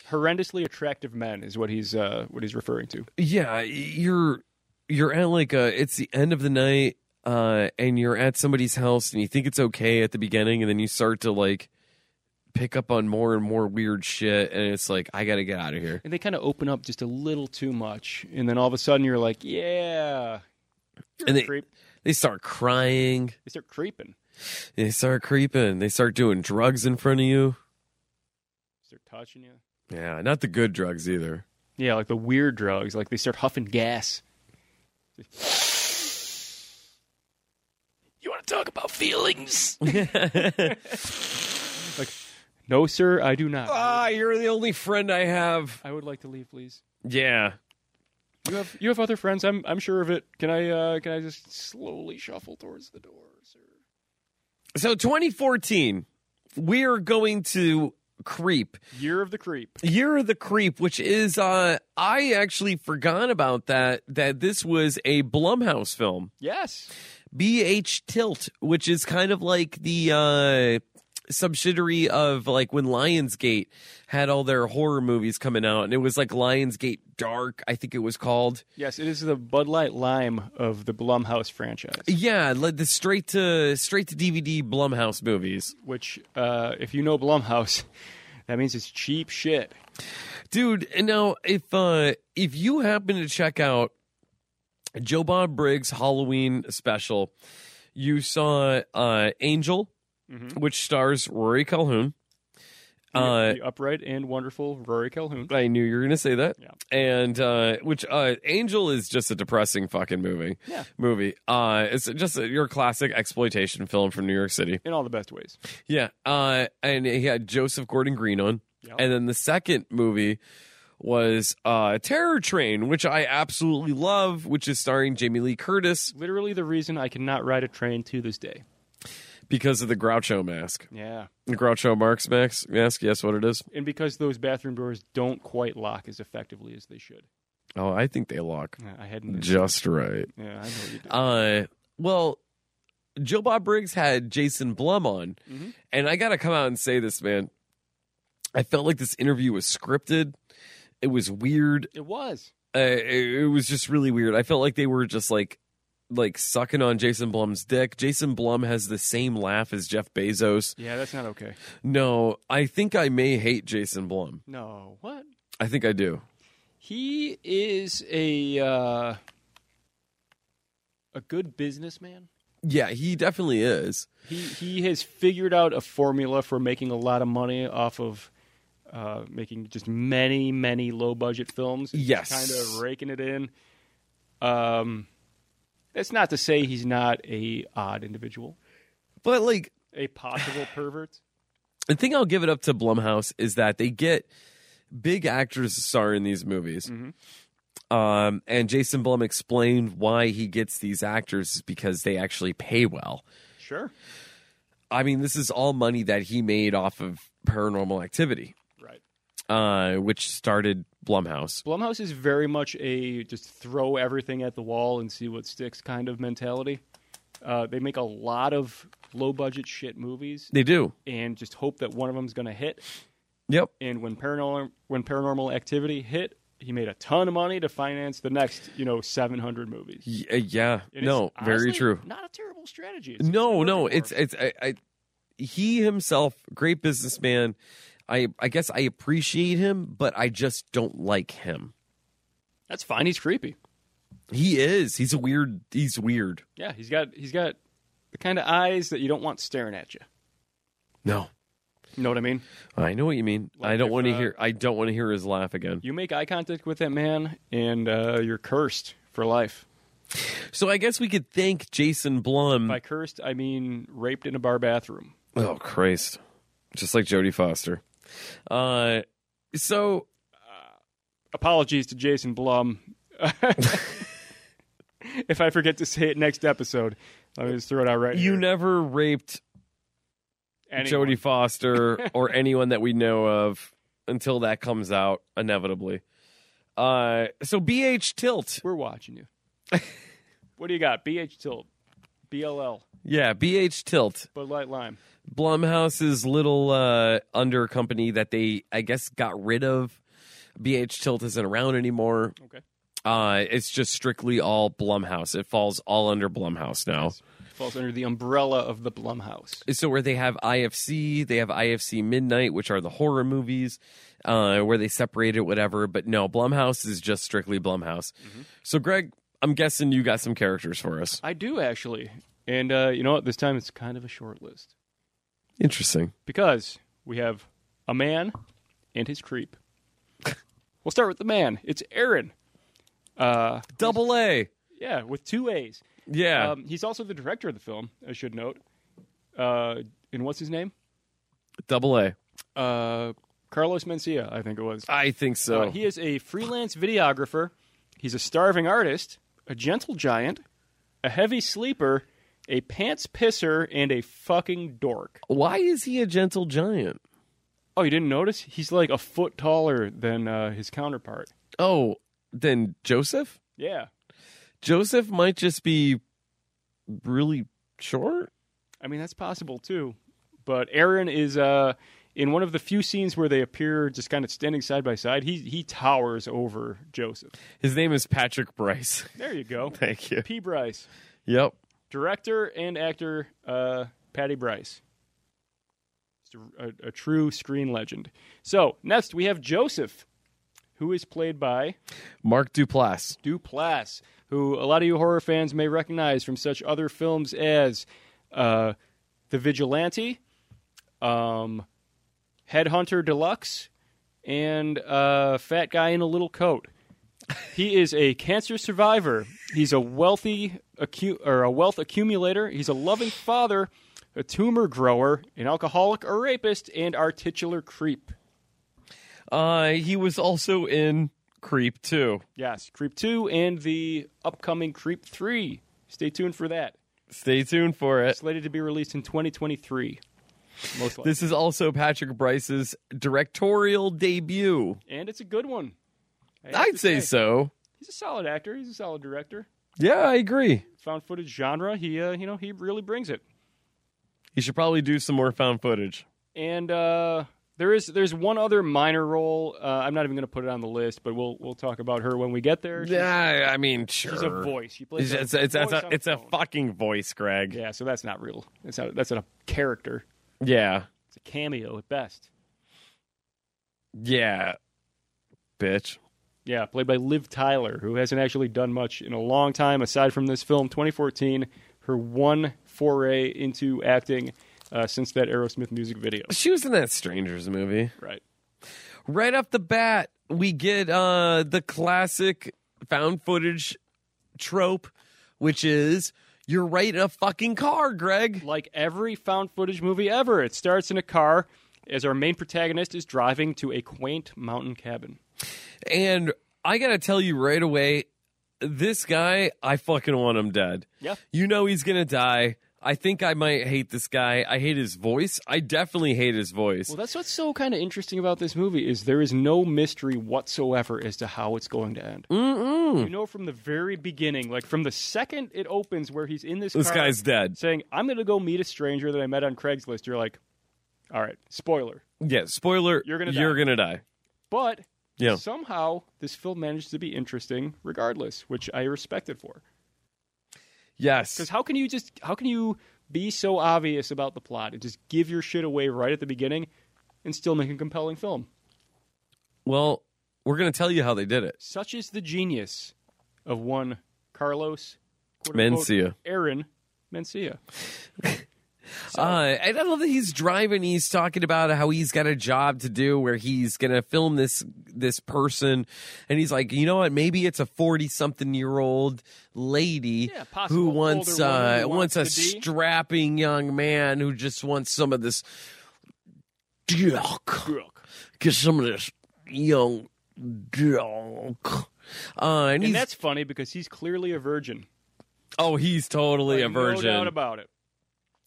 Horrendously attractive men is what he's uh, what he's referring to. yeah, you're you're at like a it's the end of the night uh and you're at somebody's house and you think it's okay at the beginning and then you start to like pick up on more and more weird shit and it's like I got to get out of here. And they kind of open up just a little too much. And then all of a sudden you're like, yeah. You're And a they- creep. They start crying, They start creeping. they start creeping, they start doing drugs in front of you. Start touching you. Yeah, not the good drugs either. Yeah, like the weird drugs. Like they start huffing gas. You want to talk about feelings? No, sir, I do not. Ah, you're the only friend I have. I would like to leave, please. Yeah. You have you have other friends. I'm I'm sure of it. Can I uh, can I just slowly shuffle towards the door, sir? So 2014, we are going to Creep, Year of the creep. Year of the Creep, which is uh I actually forgot about that that this was a Blumhouse film. Yes. BH Tilt, which is kind of like the uh subsidiary of like when Lionsgate had all their horror movies coming out and it was like Lionsgate Dark, I think it was called. Yes, it is the Bud Light Lime of the Blumhouse franchise. Yeah, like the straight to straight to DVD Blumhouse movies. Which, uh, if you know Blumhouse, that means it's cheap shit. dude and now if uh if you happen to check out joe bob briggs halloween special Mm-hmm. you saw uh angel which stars rory calhoun Uh, the upright and wonderful Rory Calhoun. I knew you were going to say that. Yeah. And uh, which uh, Angel is just a depressing fucking movie. Yeah. Movie. Uh, it's just a, your classic exploitation film from New York City. In all the best ways. Yeah. Uh, and he had Joseph Gordon Green on. Yeah. And then the second movie was uh, Terror Train, which I absolutely love, which is starring Jamie Lee Curtis Literally the reason I cannot ride a train to this day. because of the Groucho mask. Yeah. The Groucho Marx mask, mask yes, what it is? And because those bathroom doors don't quite lock as effectively as they should. Oh, I think they lock Yeah, I hadn't. just right. Yeah, I know you did. Uh, well, Joe Bob Briggs had Jason Blum on, Mhm. and I gotta come out and say this, man. I felt like this interview was scripted. It was weird. it was. Uh, it, it was just really weird. I felt like they were just like, like sucking on Jason Blum's dick. Jason Blum has the same laugh as Jeff Bezos. Yeah, that's not okay. No, I think I may hate Jason Blum. No, what? I think I do. He is a uh, a good businessman. Yeah, he definitely is. He he has figured out a formula for making a lot of money off of uh, making just many many low budget films. Yes. kind of raking it in. Um, that's not to say he's not a odd individual, But like, a possible pervert. the thing I'll give it up to Blumhouse is that they get big actors to star in these movies. Mhm. Um, and Jason Blum explained why he gets these actors is because they actually pay well. Sure, I mean, this is all money that he made off of Paranormal Activity, right. uh, which started Blumhouse. Blumhouse is very much a just throw everything at the wall and see what sticks kind of mentality. Uh, they make a lot of low budget shit movies They do. and just hope that one of them's going to hit. Yep. And when paranormal when Paranormal Activity hit, he made a ton of money to finance the next you know seven hundred movies. Y- uh, yeah. And it's no. very honestly true. Not a terrible strategy. It's No. working No. for him. It's it's I, I. He himself, great businessman. I I guess I appreciate him, but I just don't like him. that's fine. He's creepy. He is. He's a weird. He's weird. Yeah, he's got he's got the kind of eyes that you don't want staring at you. No, You know what I mean? I know what you mean. Like I don't if, want to uh, hear. I don't want to hear his laugh again. You make eye contact with that man, and uh, you're cursed for life. So I guess we could thank Jason Blum. By cursed, I mean raped in a bar bathroom. oh Christ! Just like Jodie Foster. Uh, so Apologies to Jason Blum. if I forget to say it next episode, let me just throw it out right you here. never raped Anyone. Jodie Foster or anyone that we know of until that comes out inevitably. Uh, so BH Tilt. We're watching you. what do you got? BH Tilt, BLL, Yeah, BH Tilt. Bud Light Lime. Blumhouse's little uh, under company that they, I guess, got rid of. BH Tilt isn't around anymore. Okay. Uh, it's just strictly all Blumhouse. It falls all under Blumhouse now. Falls under the umbrella of the Blumhouse. So where they have IFC, they have IFC Midnight, which are the horror movies, uh, where they separate it, whatever. But no, Blumhouse is just strictly Blumhouse. Mm-hmm. So Greg, I'm guessing you got some characters for us. I do actually, and uh, you know what? This time it's kind of a short list Interesting. because we have a man and his creep. we'll start with the man. It's Aaron. Uh, Double A. yeah, with two A's. Yeah. Um, he's also the director of the film. I should note. Uh, and what's his name? Double A. Uh, Carlos Mencia, I think it was. I think so. Uh, he is a freelance videographer. He's a starving artist, a gentle giant, a heavy sleeper, a pants pisser, and a fucking dork. Why is he a gentle giant? Oh, you didn't notice? He's like a foot taller than uh, his counterpart. Oh, then Joseph? Yeah. Joseph might just be really short. I mean, that's possible too. But Aaron is uh, in one of the few scenes where they appear just kind of standing side by side. He, he towers over Joseph. His name is Patrick Bryce. There you go. Thank you. P. Bryce, Yep. director and actor uh, Patty Bryce. Just a, a, a true screen legend. So next we have Joseph, who is played by Mark Duplass. Duplass, who a lot of you horror fans may recognize from such other films as uh, The Vigilante, um, Headhunter Deluxe, and uh, Fat Guy in a Little Coat. He is a cancer survivor. He's a wealthy acu- or a wealth accumulator. He's a loving father, a tumor grower, an alcoholic or rapist, and our titular creep. Uh, he was also in Creep 2. Yes, Creep 2 and the upcoming Creep 3. Stay tuned for that. Stay tuned for it. Slated to be released in 2023. Most likely. This is also Patrick Bryce's directorial debut. and it's a good one. I have to I'd say so. He's a solid actor. He's a solid director. Yeah, I agree. Found footage genre, he uh, you know, he really brings it. He should probably do some more found footage. And uh, there is there's one other minor role. Uh, I'm not even going to put it on the list, but we'll we'll talk about her when we get there. She's, Yeah, I mean, sure. she's a voice. She plays It's, a it's, it's, voice it's a, on it's a phone. fucking voice, Greg. Yeah, so that's not real. That's not that's not a character. Yeah. It's a cameo at best. Yeah. Bitch. Yeah, played by Liv Tyler, who hasn't actually done much in a long time aside from this film, 2014, her one foray into acting uh, since that Aerosmith music video. She was in that Strangers movie. Right. Right off the bat, we get uh the classic found footage trope, which is you're right in a fucking car, Greg. Like every found footage movie ever, it starts in a car as our main protagonist is driving to a quaint mountain cabin. And I gotta tell you right away, this guy, I fucking want him dead. Yeah. You know he's gonna die. I think I might hate this guy. I hate his voice. I definitely hate his voice. Well, that's what's so kind of interesting about this movie is there is no mystery whatsoever as to how it's going to end. Mm-mm. You know from the very beginning, like from the second it opens where he's in this This car, guy's dead. saying, I'm going to go meet a stranger that I met on Craigslist, you're like, all right, spoiler. Yeah. Spoiler. You're gonna You're die. gonna die. But Yeah. somehow this film managed to be interesting regardless, which I respect it for. Because Yes. how can you just, how can you be so obvious about the plot and just give your shit away right at the beginning and still make a compelling film? Well, we're gonna tell you how they did it. Such is the genius of one Carlos quote unquote, Mencia. Aaron Mencia. Uh, and I love that he's driving. He's talking about how he's got a job to do where he's gonna film this this person, and he's like, you know what? Maybe it's a forty something year old lady Yeah, possible who older wants woman uh, who wants wants to a be. strapping young man who just wants some of this dick, get some of this young dick. Uh, and, he's, And that's funny because he's clearly a virgin. oh, he's totally Like, a virgin. No doubt about it.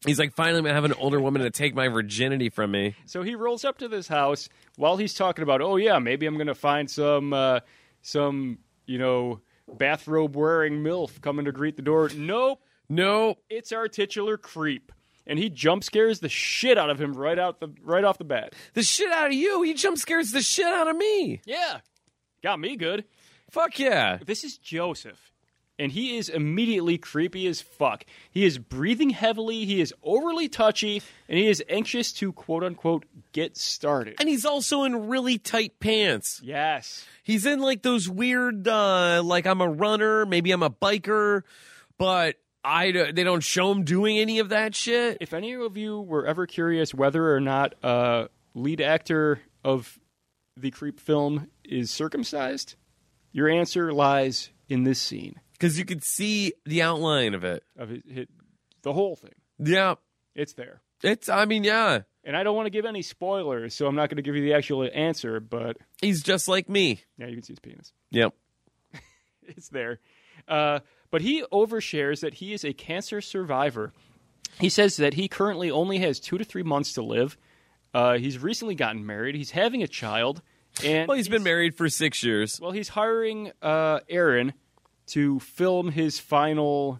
he's like, finally, I'm gonna have an older woman to take my virginity from me. So he rolls up to this house while he's talking about, oh yeah, maybe I'm gonna find some uh, some you know bathrobe wearing milf coming to greet the door. Nope, Nope. it's our titular creep, and he jump scares the shit out of him right out the right off the bat. the shit out of you. He jump scares the shit out of me. Yeah, got me good. Fuck yeah. This is Joseph. And he is immediately creepy as fuck. He is breathing heavily, he is overly touchy, and he is anxious to quote unquote get started. And he's also in really tight pants. Yes. He's in like those weird, uh, like I'm a runner, maybe I'm a biker, but I they don't show him doing any of that shit. if any of you were ever curious whether or not uh, lead actor of the creep film is circumcised, your answer lies in this scene Because you could see the outline of it. of his, his, the whole thing. Yeah, It's there, it's. I mean, yeah, and I don't want to give any spoilers, so I'm not going to give you the actual answer. But he's just like me. yeah, you can see his penis. Yep. It's there. Uh, but he overshares that he is a cancer survivor. He says that he currently only has two to three months to live. Uh, he's recently gotten married. He's having a child. And Well, he's been married for six years. Well, he's hiring uh, Aaron to film his final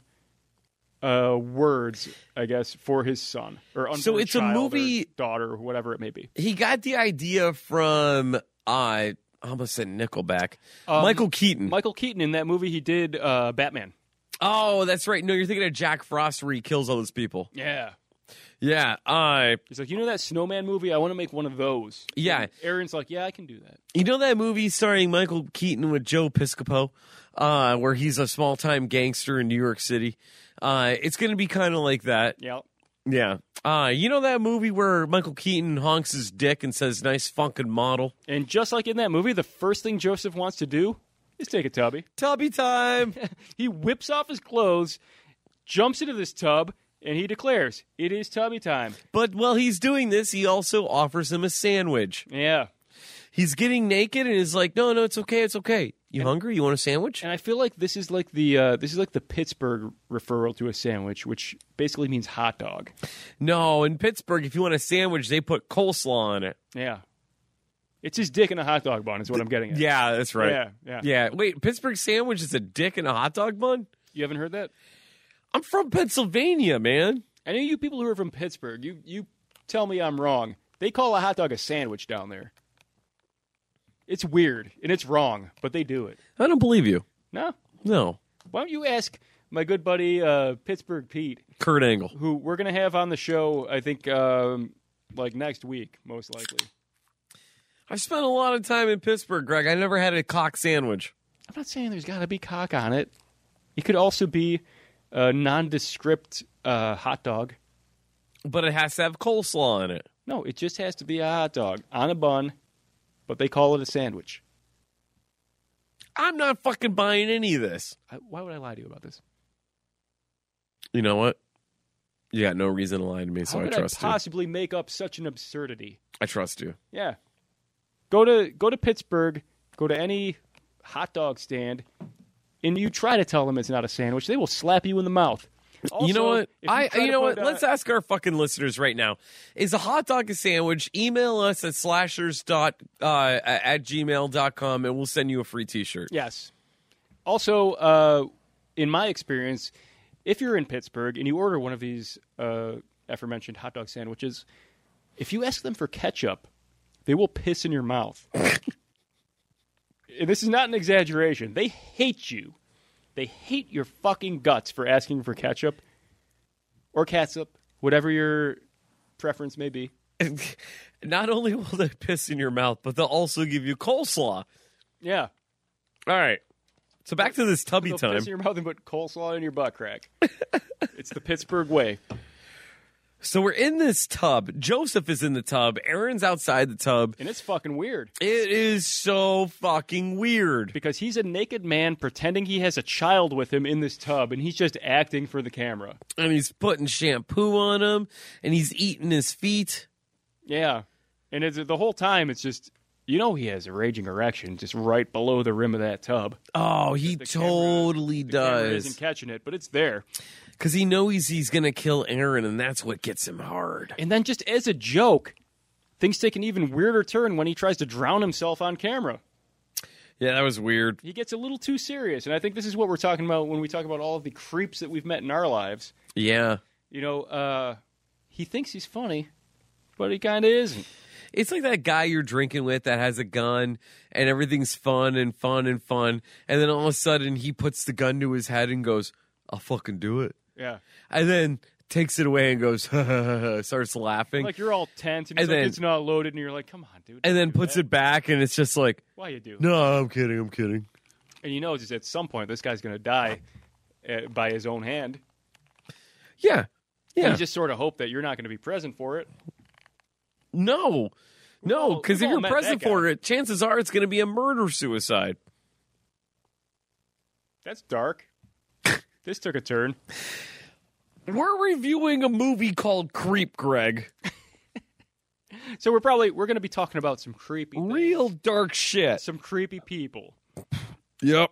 uh, words, I guess, for his son or unborn So it's a child or movie- daughter, or whatever it may be. He got the idea from uh, I almost said Nickelback, Um, Michael Keaton. Michael Keaton in that movie he did uh, Batman. Oh, that's right. No, you're thinking of Jack Frost where he kills all those people. Yeah, Yeah, uh, I. he's like, you know that snowman movie? I want to make one of those. Yeah. And Aaron's like, yeah, I can do that. You know that movie starring Michael Keaton with Joe Piscopo, uh, where he's a small time gangster in New York City. Uh, it's going to be kind of like that. Yeah, Yeah. Uh, you know that movie where Michael Keaton honks his dick and says, nice funkin' model? And just like in that movie, the first thing Joseph wants to do is take a tubby. Tubby time. He whips off his clothes, jumps into this tub, and he declares, It is tubby time. but while he's doing this, he also offers him a sandwich. Yeah. He's getting naked and is like, no, no, it's okay, it's okay. You hungry? You want a sandwich? And I feel like this is like the uh, this is like the Pittsburgh referral to a sandwich, which basically means hot dog. No, in Pittsburgh, if you want a sandwich, they put coleslaw on it. Yeah. It's his dick in a hot dog bun, is what I'm getting at. Yeah, that's right. Yeah, yeah. Yeah. Wait, Pittsburgh sandwich is a dick and a hot dog bun? You haven't heard that? I'm from Pennsylvania, man. Any of you people who are from Pittsburgh, you you tell me I'm wrong. They call a hot dog a sandwich down there. It's weird and it's wrong, but they do it. I don't believe you. No, No. why don't you ask my good buddy uh, Pittsburgh Pete, Kurt Angle. who we're gonna have on the show? I think um, like next week, most likely. I've spent a lot of time in Pittsburgh, Greg. I never had a cock sandwich. I'm not saying there's got to be cock on it. It could also be a nondescript uh, hot dog. But it has to have coleslaw in it. No, it just has to be a hot dog on a bun, but they call it a sandwich. I'm not fucking buying any of this. I, why would I lie to you about this? You know what? You got no reason to lie to me, so How I could trust I possibly make up such an absurdity? you. I trust you. Yeah. Go to go to Pittsburgh, go to any hot dog stand, and you try to tell them it's not a sandwich, they will slap you in the mouth. Also, you know what? if you I try you to know put, what? uh, Let's ask our fucking listeners right now. Is a hot dog a sandwich? Email us at slashers dot uh, at gmail.com and we'll send you a free t shirt. Yes. Also, uh, in my experience, if you're in Pittsburgh and you order one of these uh, aforementioned hot dog sandwiches, if you ask them for ketchup, they will piss in your mouth. and this is not an exaggeration. They hate you. They hate your fucking guts for asking for ketchup or catsup, whatever your preference may be. Not only will they piss in your mouth, but they'll also give you coleslaw. All Yeah. right. So back to this tubby They'll time. piss in your mouth and put coleslaw in your butt crack. it's the Pittsburgh way. So we're in this tub. Joseph is in the tub. Aaron's outside the tub. And it's fucking weird It is so fucking weird. because he's a naked man pretending he has a child with him in this tub and he's just acting for the camera. And he's putting shampoo on him and he's eating his feet. Yeah. And it's, the whole time it's just, you know, he has a raging erection just right below the rim of that tub. Oh, he The camera- totally the camera isn't does. catching it, but it's there. Because he knows he's going to kill Aaron and that's what gets him hard. And then just as a joke, things take an even weirder turn when he tries to drown himself on camera. Yeah, that was weird. He gets a little too serious. And I think this is what we're talking about when we talk about all of the creeps that we've met in our lives. Yeah. You know, uh, he thinks he's funny, but he kind of isn't. It's like that guy you're drinking with that has a gun and everything's fun and fun and fun. And then all of a sudden he puts the gun to his head and goes, I'll fucking do it. Yeah. and then takes it away and goes starts laughing Like you're all tense and, And then, then- it's not loaded and you're like, come on, dude. and then puts it back and it's just like Why you do? No, I'm kidding. I'm kidding. And you know, just at some point, this guy's going to die uh, by his own hand. yeah And yeah You just sort of hope that you're not going to be present for it. no no all- because we've if all you're met present that guy. for it chances are it's going to be a murder suicide That's dark. this took a turn. we're reviewing a movie called creep greg So we're probably we're going to be talking about some creepy, things. real dark shit some creepy people. yep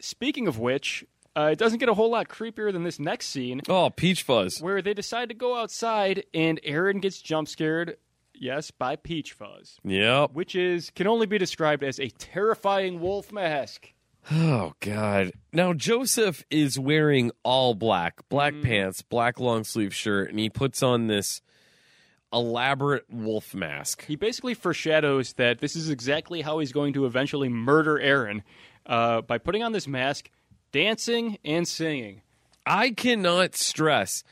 Speaking of which, uh, it doesn't get a whole lot creepier than this next scene. oh peach fuzz where they decide to go outside and Aaron gets jump scared, yes, by Peach Fuzz, yep which is can only be described as a terrifying wolf mask. oh god now joseph is wearing all black black Mm. pants black long sleeve shirt and he puts on this elaborate wolf mask He basically foreshadows that this is exactly how he's going to eventually murder Aaron uh, by putting on this mask, dancing and singing. I cannot stress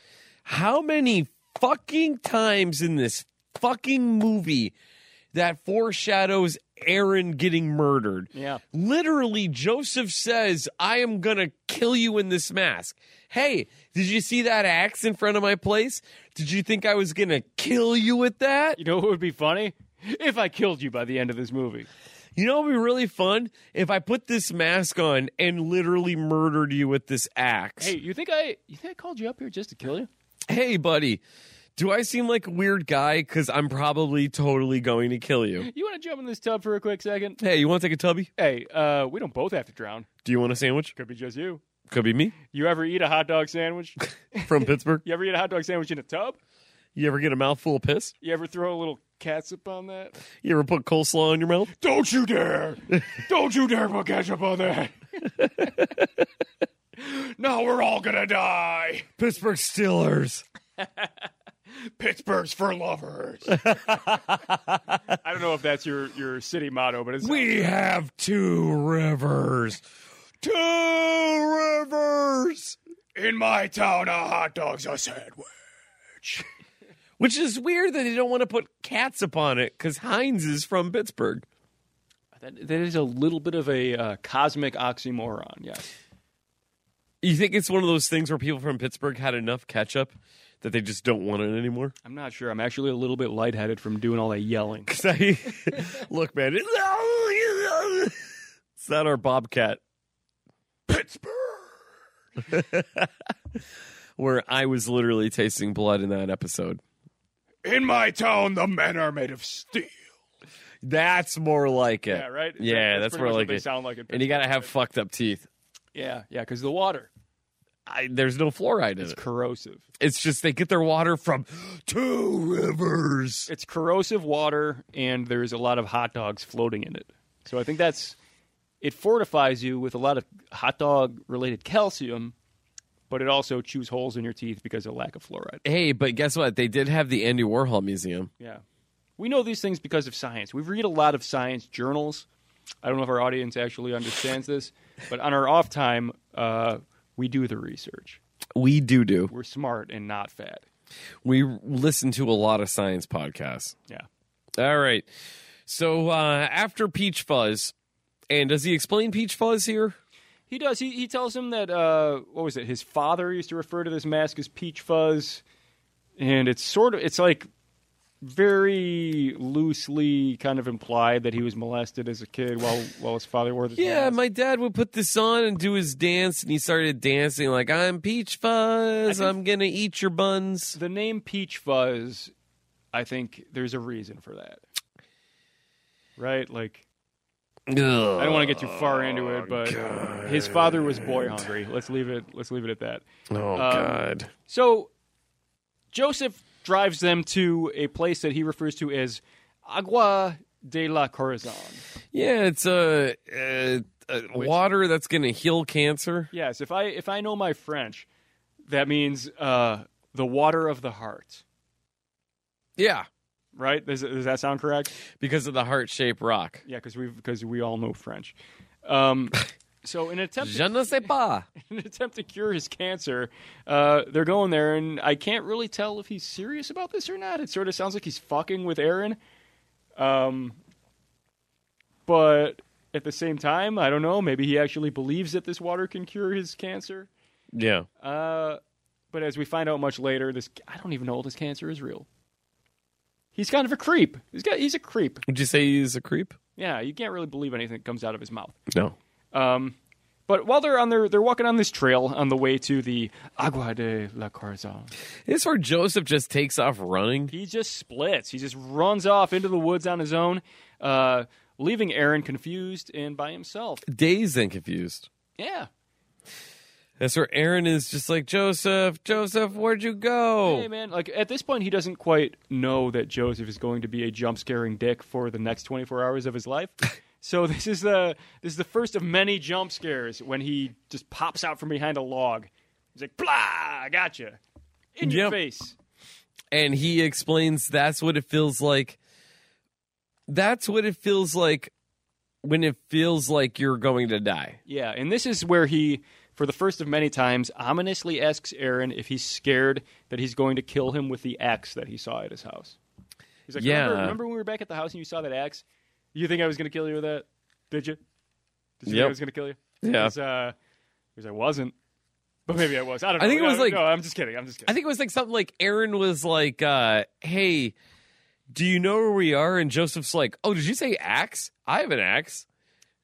how many fucking times in this fucking movie that foreshadows Aaron getting murdered. Yeah. Literally, Joseph says, I am going to kill you in this mask. Hey, did you see that axe in front of my place? Did you think I was gonna kill you with that? You know what would be funny? If I killed you by the end of this movie. You know, it'd be really fun if I put this mask on and literally murdered you with this axe. Hey, you think I you think I called you up here just to kill you? Hey, buddy, do I seem like a weird guy? Because I'm probably totally going to kill you. You want to jump in this tub for a quick second? Hey, you want to take a tubby? Hey, uh, we don't both have to drown. Do you want a sandwich? Could be just you. Could be me You ever eat a hot dog sandwich? from Pittsburgh. You ever eat a hot dog sandwich in a tub? You ever get a mouthful of piss? You ever throw a little catsup on that? You ever put coleslaw in your mouth? Don't you dare! Don't you dare put ketchup on that! now we're all gonna die! Pittsburgh Steelers. Pittsburgh's for lovers. I don't know if that's your, your city motto, but it's We have two rivers. Two rivers. in my town a hot dog's a sandwich. Which is weird that they don't want to put cats upon it because Heinz is from Pittsburgh. That, that is a little bit of a uh, cosmic oxymoron. Yes, You think it's one of those things where people from Pittsburgh had enough ketchup that they just don't want it anymore? I'm not sure. I'm actually a little bit lightheaded from doing all that yelling. 'Cause I look, man, it- it's not our bobcat Pittsburgh. where I was literally tasting blood in that episode. In my town, the men are made of steel. That's more like it. Yeah, right. Yeah, that's, pretty more much what like they it. sound like. In and you got to have fucked up teeth. yeah, yeah, because the water I, there's no fluoride in it's it. corrosive. It's just they get their water from two rivers. It's corrosive water, and there's a lot of hot dogs floating in it. So I think that's it fortifies you with a lot of hot dog related calcium, but it also chews holes in your teeth because of lack of fluoride. Hey, but guess what? They did have the Andy Warhol Museum. Yeah. We know these things because of science. We read a lot of science journals. I don't know if our audience actually understands this, but on our off time, uh, we do the research. We do do. We're smart and not fat. We listen to a lot of science podcasts. Yeah. All right. So uh, after Peach Fuzz, and does he explain Peach Fuzz here? He does. He, he tells him that, uh, what was it? His father used to refer to this mask as peach fuzz. And it's sort of, it's like very loosely kind of implied that he was molested as a kid while, while his father wore this Yeah, mask. my dad would put this on and do his dance, and he started dancing like, I'm Peach Fuzz, I'm gonna eat your buns. the name Peach Fuzz, I think there's a reason for that. Right? Like, I don't want to get too far into it, but his father was boy hungry. Let's leave it. Let's leave it at that. Oh, God. So, Joseph drives them to a place that he refers to as Agua de la Corazon. Yeah, it's a, uh uh water that's gonna heal cancer. Yes, if I if I know my French, that means uh, the water of the heart. Yeah, Right? Does, does that sound correct? because of the heart shaped rock. Yeah, because we because we all know French. Um, so, in an attempt to Je ne sais pas. in an attempt to cure his cancer. Uh, they're going there, and I can't really tell if he's serious about this or not. It sort of sounds like he's fucking with Aaron. Um, but at the same time, I don't know. Maybe he actually believes that this water can cure his cancer. Yeah. Uh, but as we find out much later, this I don't even know if this cancer is real. He's kind of a creep. He's got he's a creep. Would you say he's a creep? Yeah, you can't really believe anything that comes out of his mouth. No. Um, but while they're on their, they're walking on this trail on the way to the Agua de la Corazon. It's where Joseph just takes off running. He just splits. He just runs off into the woods on his own, uh, leaving Aaron confused and by himself. Dazed and confused. Yeah. That's where Aaron is just like, Joseph, Joseph, where'd you go? Hey man, like at this point, he doesn't quite know that Joseph is going to be a jump scaring dick for the next 24 hours of his life. so this is the this is the first of many jump scares when he just pops out from behind a log. He's like, "Blah, gotcha, in your Yep. face." and he explains that's what it feels like that's what it feels like when it feels like you're going to die Yeah, and this is where he, for the first of many times, ominously asks Aaron if he's scared that he's going to kill him with the axe that he saw at his house. He's like, remember, Yeah. remember when we were back at the house and you saw that axe? You think I was going to kill you with that? Did you? Did you think I Yep. was going to kill you? Yeah. Because uh, 'cause I wasn't. But maybe I was. I don't know. I think it was don't- like- No, I'm just kidding. I'm just kidding. I think it was like something like Aaron was like, uh, "Hey, do you know where we are?" And Joseph's like, "Oh, did you say axe? I have an axe."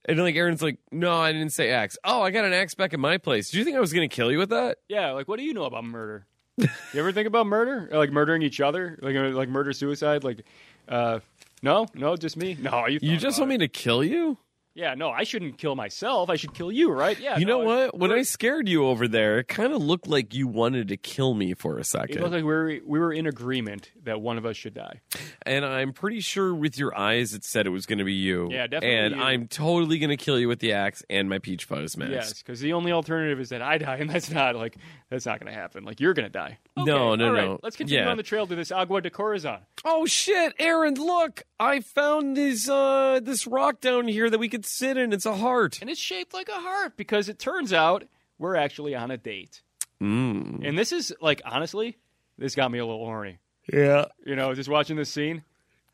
And like Aaron's like, "No, I didn't say axe. Oh, I got an axe back at my place. Do you think I was gonna kill you with that?" Yeah, like what do you know about murder? you ever think about murder? Or, Like murdering each other? Like uh, like murder suicide? Like uh no, no, just me. No, you. You thought just about want me it. to kill you? Yeah, no, I shouldn't kill myself. I should kill you, right? Yeah. you no, know I- what? When we're- I scared you over there, it kind of looked like you wanted to kill me for a It second. looked like we were we were in agreement that one of us should die. and I'm pretty sure with your eyes it said it was gonna be you. Yeah, definitely And you. I'm totally gonna kill you with the axe and my peach fuzz mask. Yes, because the only alternative is that I die, and that's not like that's not going to happen. Like you're going to die. No, Okay, no, all right, no. Let's continue Yeah. on the trail to this Agua de Corazon. Oh shit, Aaron, look! I found this uh this rock down here that we could sit in. It's a heart. and it's shaped like a heart because it turns out we're actually on a date. Mm. And this is like honestly, this got me a little horny. Yeah. You know, just watching this scene,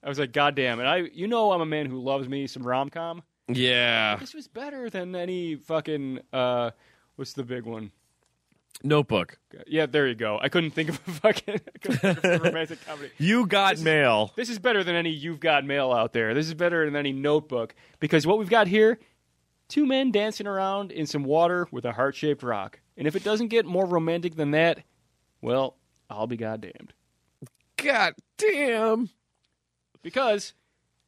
I was like, God damn! And I, you know, I'm a man who loves me some rom com. Yeah. This was better than any fucking uh, what's the big one? Notebook. Yeah, there you go. I couldn't think of a fucking I couldn't think of a romantic comedy. You got mail. This is better than any you've got mail out there. This is better than any notebook because what we've got here two men dancing around in some water with a heart shaped rock. And if it doesn't get more romantic than that, well, I'll be goddamned. God damn. Because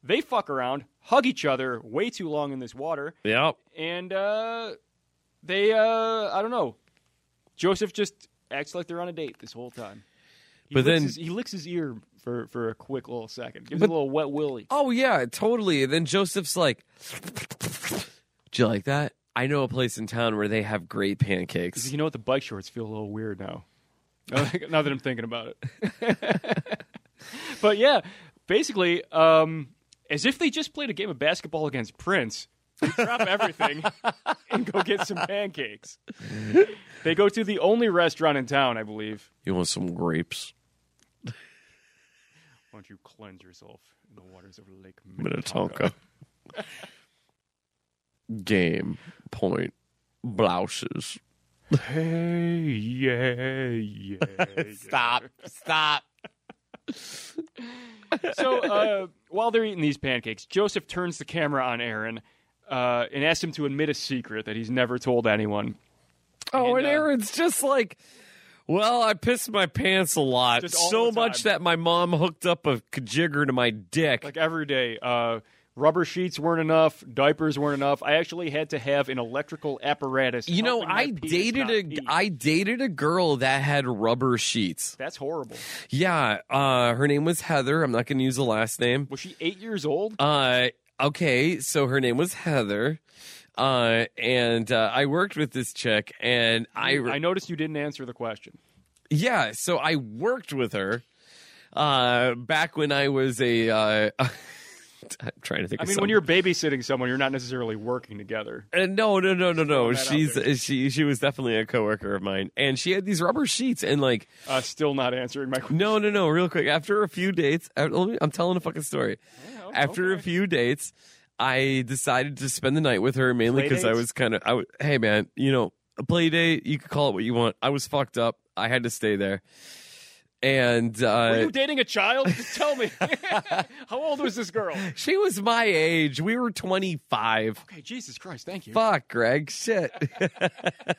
they fuck around, hug each other way too long in this water, Yep. and uh, they, uh, I don't know. Joseph just acts like they're on a date this whole time. He But licks then- his, he licks his ear for, for a quick little second, gives But- it a little wet willy. Oh yeah, totally. And then Joseph's like Do you like that? I know a place in town where they have great pancakes. You know what? The bike shorts feel a little weird now. Now now that I'm thinking about it. but yeah, basically, um, as if they just played a game of basketball against Prince, they drop everything and go get some pancakes. They go to the only restaurant in town, I believe. You want some grapes? Why don't you cleanse yourself in the waters of Lake Minnetonka. Game point. Blouses. Hey, yeah, yeah. Stop. Stop. so uh, while they're eating these pancakes, Joseph turns the camera on Aaron uh, and asks him to admit a secret that he's never told anyone. Oh, And, and, uh, Aaron's just like, well, I pissed my pants a lot, Just all so the time. much that my mom hooked up a jigger to my dick. Like every day, uh, rubber sheets weren't enough, diapers weren't enough. I actually had to have an electrical apparatus. you know, helping my I penis dated not a pee. I dated a girl that had rubber sheets. That's horrible. Yeah, uh, her name was Heather. I'm not going to use the last name. Was she eight years old? Uh, okay, so her name was Heather, uh, and uh, I worked with this chick, and I I noticed you didn't answer the question. Yeah, so I worked with her uh, back when I was a. Uh, I'm trying to think. I of mean, some- when you're babysitting someone, you're not necessarily working together. Uh, no, no, no, no, throwing no. that out She's there. she. She was definitely a coworker of mine, and she had these rubber sheets. And like, Uh, still not answering my question. no, no, no. Real quick, after a few dates, I, let me, I'm telling a fucking story. After a few dates, I decided to spend the night with her mainly Play because I dates? was kind of. I was, hey man, you know, a play date. You could call it what you want. I was fucked up. I had to stay there, and uh, Were you dating a child? Just tell me. How old was this girl? She was my age. We were 25. Okay, Jesus Christ, thank you. Fuck, Greg. Shit.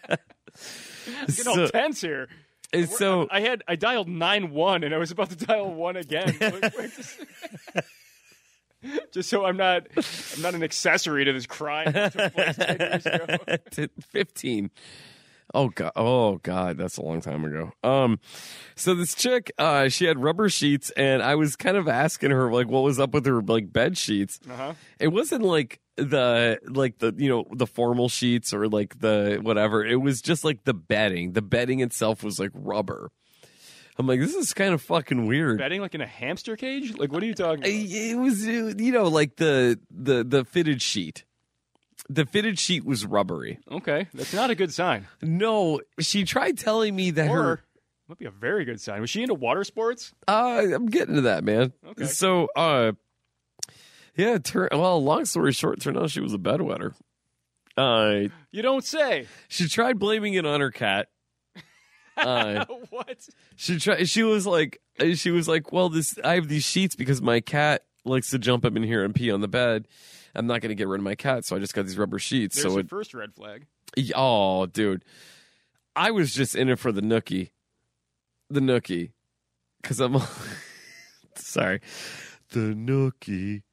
Get all so, tense here. and We're- so I had I dialed nine one, and I was about to dial one again. Wait, wait, just, just so I'm not I'm not an accessory to this crime. That took place 10 years ago. 15. Oh god. Oh god, that's a long time ago. Um so this chick uh she had rubber sheets and I was kind of asking her like what was up with her like bed sheets. Uh-huh. It wasn't like the like the you know the formal sheets or like the whatever. It was just like the bedding. The bedding itself was like rubber. I'm like this is kind of fucking weird. Betting like in a hamster cage? Like what are you talking about? I- it was uh, you know like the the the fitted sheet the fitted sheet was rubbery Okay, that's not a good sign. no she tried telling me that Or her might be a very good sign. Was she into water sports? uh, i'm getting to that man Okay. so uh yeah tur well long story short turned out she was a bedwetter uh You don't say. she tried blaming it on her cat Uh, what? she tried. She was like, she was like, well, this I have these sheets because my cat likes to jump up in here and pee on the bed. I'm not going to get rid of my cat, so I just got these rubber sheets. There's so your it, first red flag. Y- Oh, dude. I was just in it for the nookie. The nookie. Because I'm. Sorry. The nookie.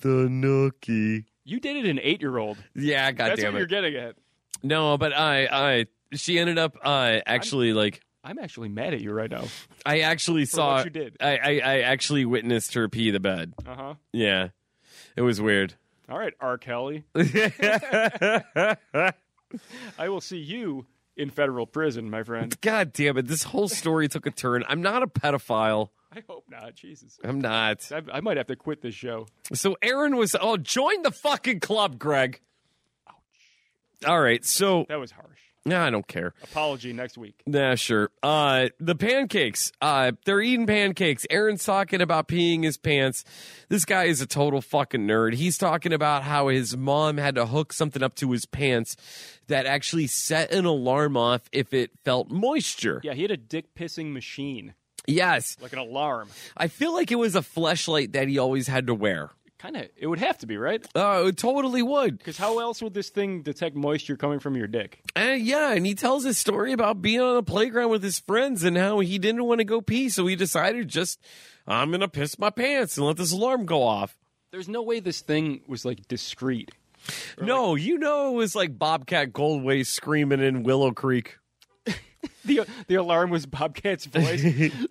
The nookie. You dated an eight-year-old. Yeah, God That's what damn you're it. getting at. No, but I, I, she ended up, uh, actually, like, I'm actually mad at you right now for I actually saw, what you did. I, I, I actually witnessed her pee the bed. Uh huh. Yeah. It was weird. All right, R. Kelly. I will see you in federal prison, my friend. God damn it. This whole story took a turn. I'm not a pedophile. I hope not. Jesus. I'm not. I, I might have to quit this show. So Aaron was oh join the fucking club, Greg. All right, so That was harsh. nah, I don't care. Apology next week. Nah, sure. Uh, the pancakes. Uh, they're eating pancakes. Aaron's talking about peeing his pants. This guy is a total fucking nerd. He's talking about how his mom had to hook something up to his pants that actually set an alarm off if it felt moisture. Yeah, he had a dick pissing machine, Yes, like an alarm. I feel like it was a flashlight that he always had to wear. Kind of. It would have to be right, Oh, it totally would. because how else would this thing detect moisture coming from your dick? And yeah, and he tells his story about being on the playground with his friends and how he didn't want to go pee, so he decided just I'm gonna piss my pants and let this alarm go off. There's no way this thing was like discreet. no, you know it was like Bobcat Goldway screaming in Willow Creek. The the alarm was Bobcat's voice.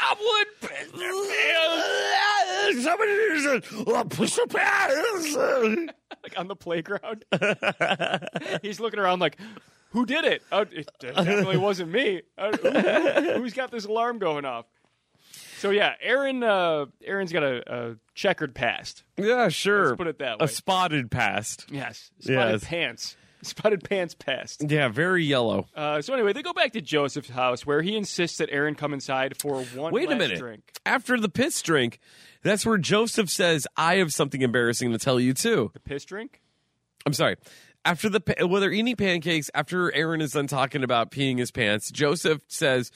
Ah, someone piss their pants. Somebody said, "Oh, piss their pants. like on the playground. He's looking around like, who did it? Oh, it definitely wasn't me. Uh, who, has got this alarm going off? So yeah, Aaron. Uh, Aaron's got a, a checkered past. Yeah, sure. Let's put it that way. a spotted past. yes, spotted Yes. pants. Spotted pants past. Yeah, very yellow. Uh, so anyway, they go back to Joseph's house where he insists that Aaron come inside for one Wait a last minute. drink. After the piss drink, that's where Joseph says, "I have something embarrassing to tell you too." The piss drink. I'm sorry. After the pa- well, they're eating pancakes. After Aaron is done talking about peeing his pants, Joseph says,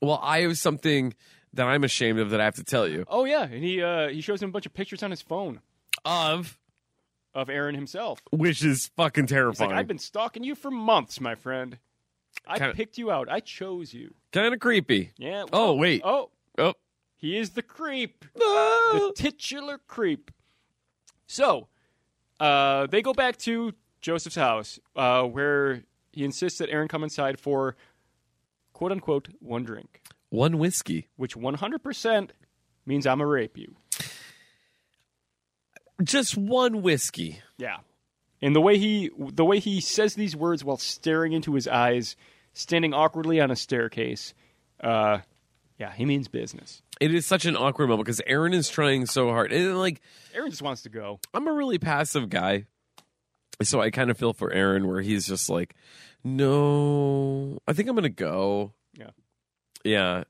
"Well, I have something that I'm ashamed of that I have to tell you Oh yeah, and he uh, he shows him a bunch of pictures on his phone of, of Aaron himself. which is fucking It's like terrifying. I've been stalking you for months, my friend. I Kinda- picked you out. I chose you. kind of creepy. Yeah. Oh well, wait. Oh, Oh. he is the creep, the Ah. titular creep. So, uh, they go back to Joseph's house, uh, where he insists that Aaron come inside for "quote unquote" one drink, One whiskey. which 100 percent means I'm a rape you. Just one whiskey. Yeah. And the way he the way he says these words while staring into his eyes, standing awkwardly on a staircase, uh, yeah, he means business. It is such an awkward moment because Aaron is trying so hard. And like, Aaron just wants to go. I'm a really passive guy. So I kind of feel for Aaron where he's just like, no, I think I'm going to go. Yeah. Yeah.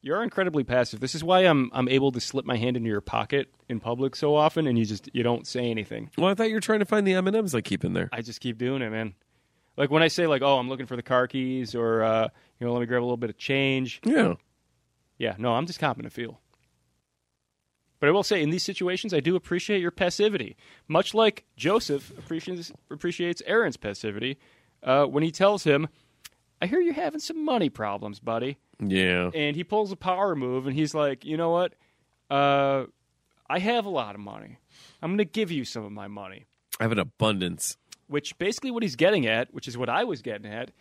You're incredibly passive. This is why I'm I'm able to slip my hand into your pocket in public so often, and you just you don't say anything. Well, I thought you were trying to find the M&Ms I keep in there. I just keep doing it, man. Like when I say like, oh, I'm looking for the car keys, or uh, you know, let me grab a little bit of change. Yeah. Yeah, no, I'm just copping a feel. But I will say, in these situations, I do appreciate your passivity, much like Joseph appreciates appreciates Aaron's passivity uh, when he tells him, "I hear you're having some money problems, buddy." Yeah. and he pulls a power move and he's like, you know what? Uh, I have a lot of money. I'm going to give you some of my money. I have an abundance. Which basically what he's getting at, which is what I was getting at,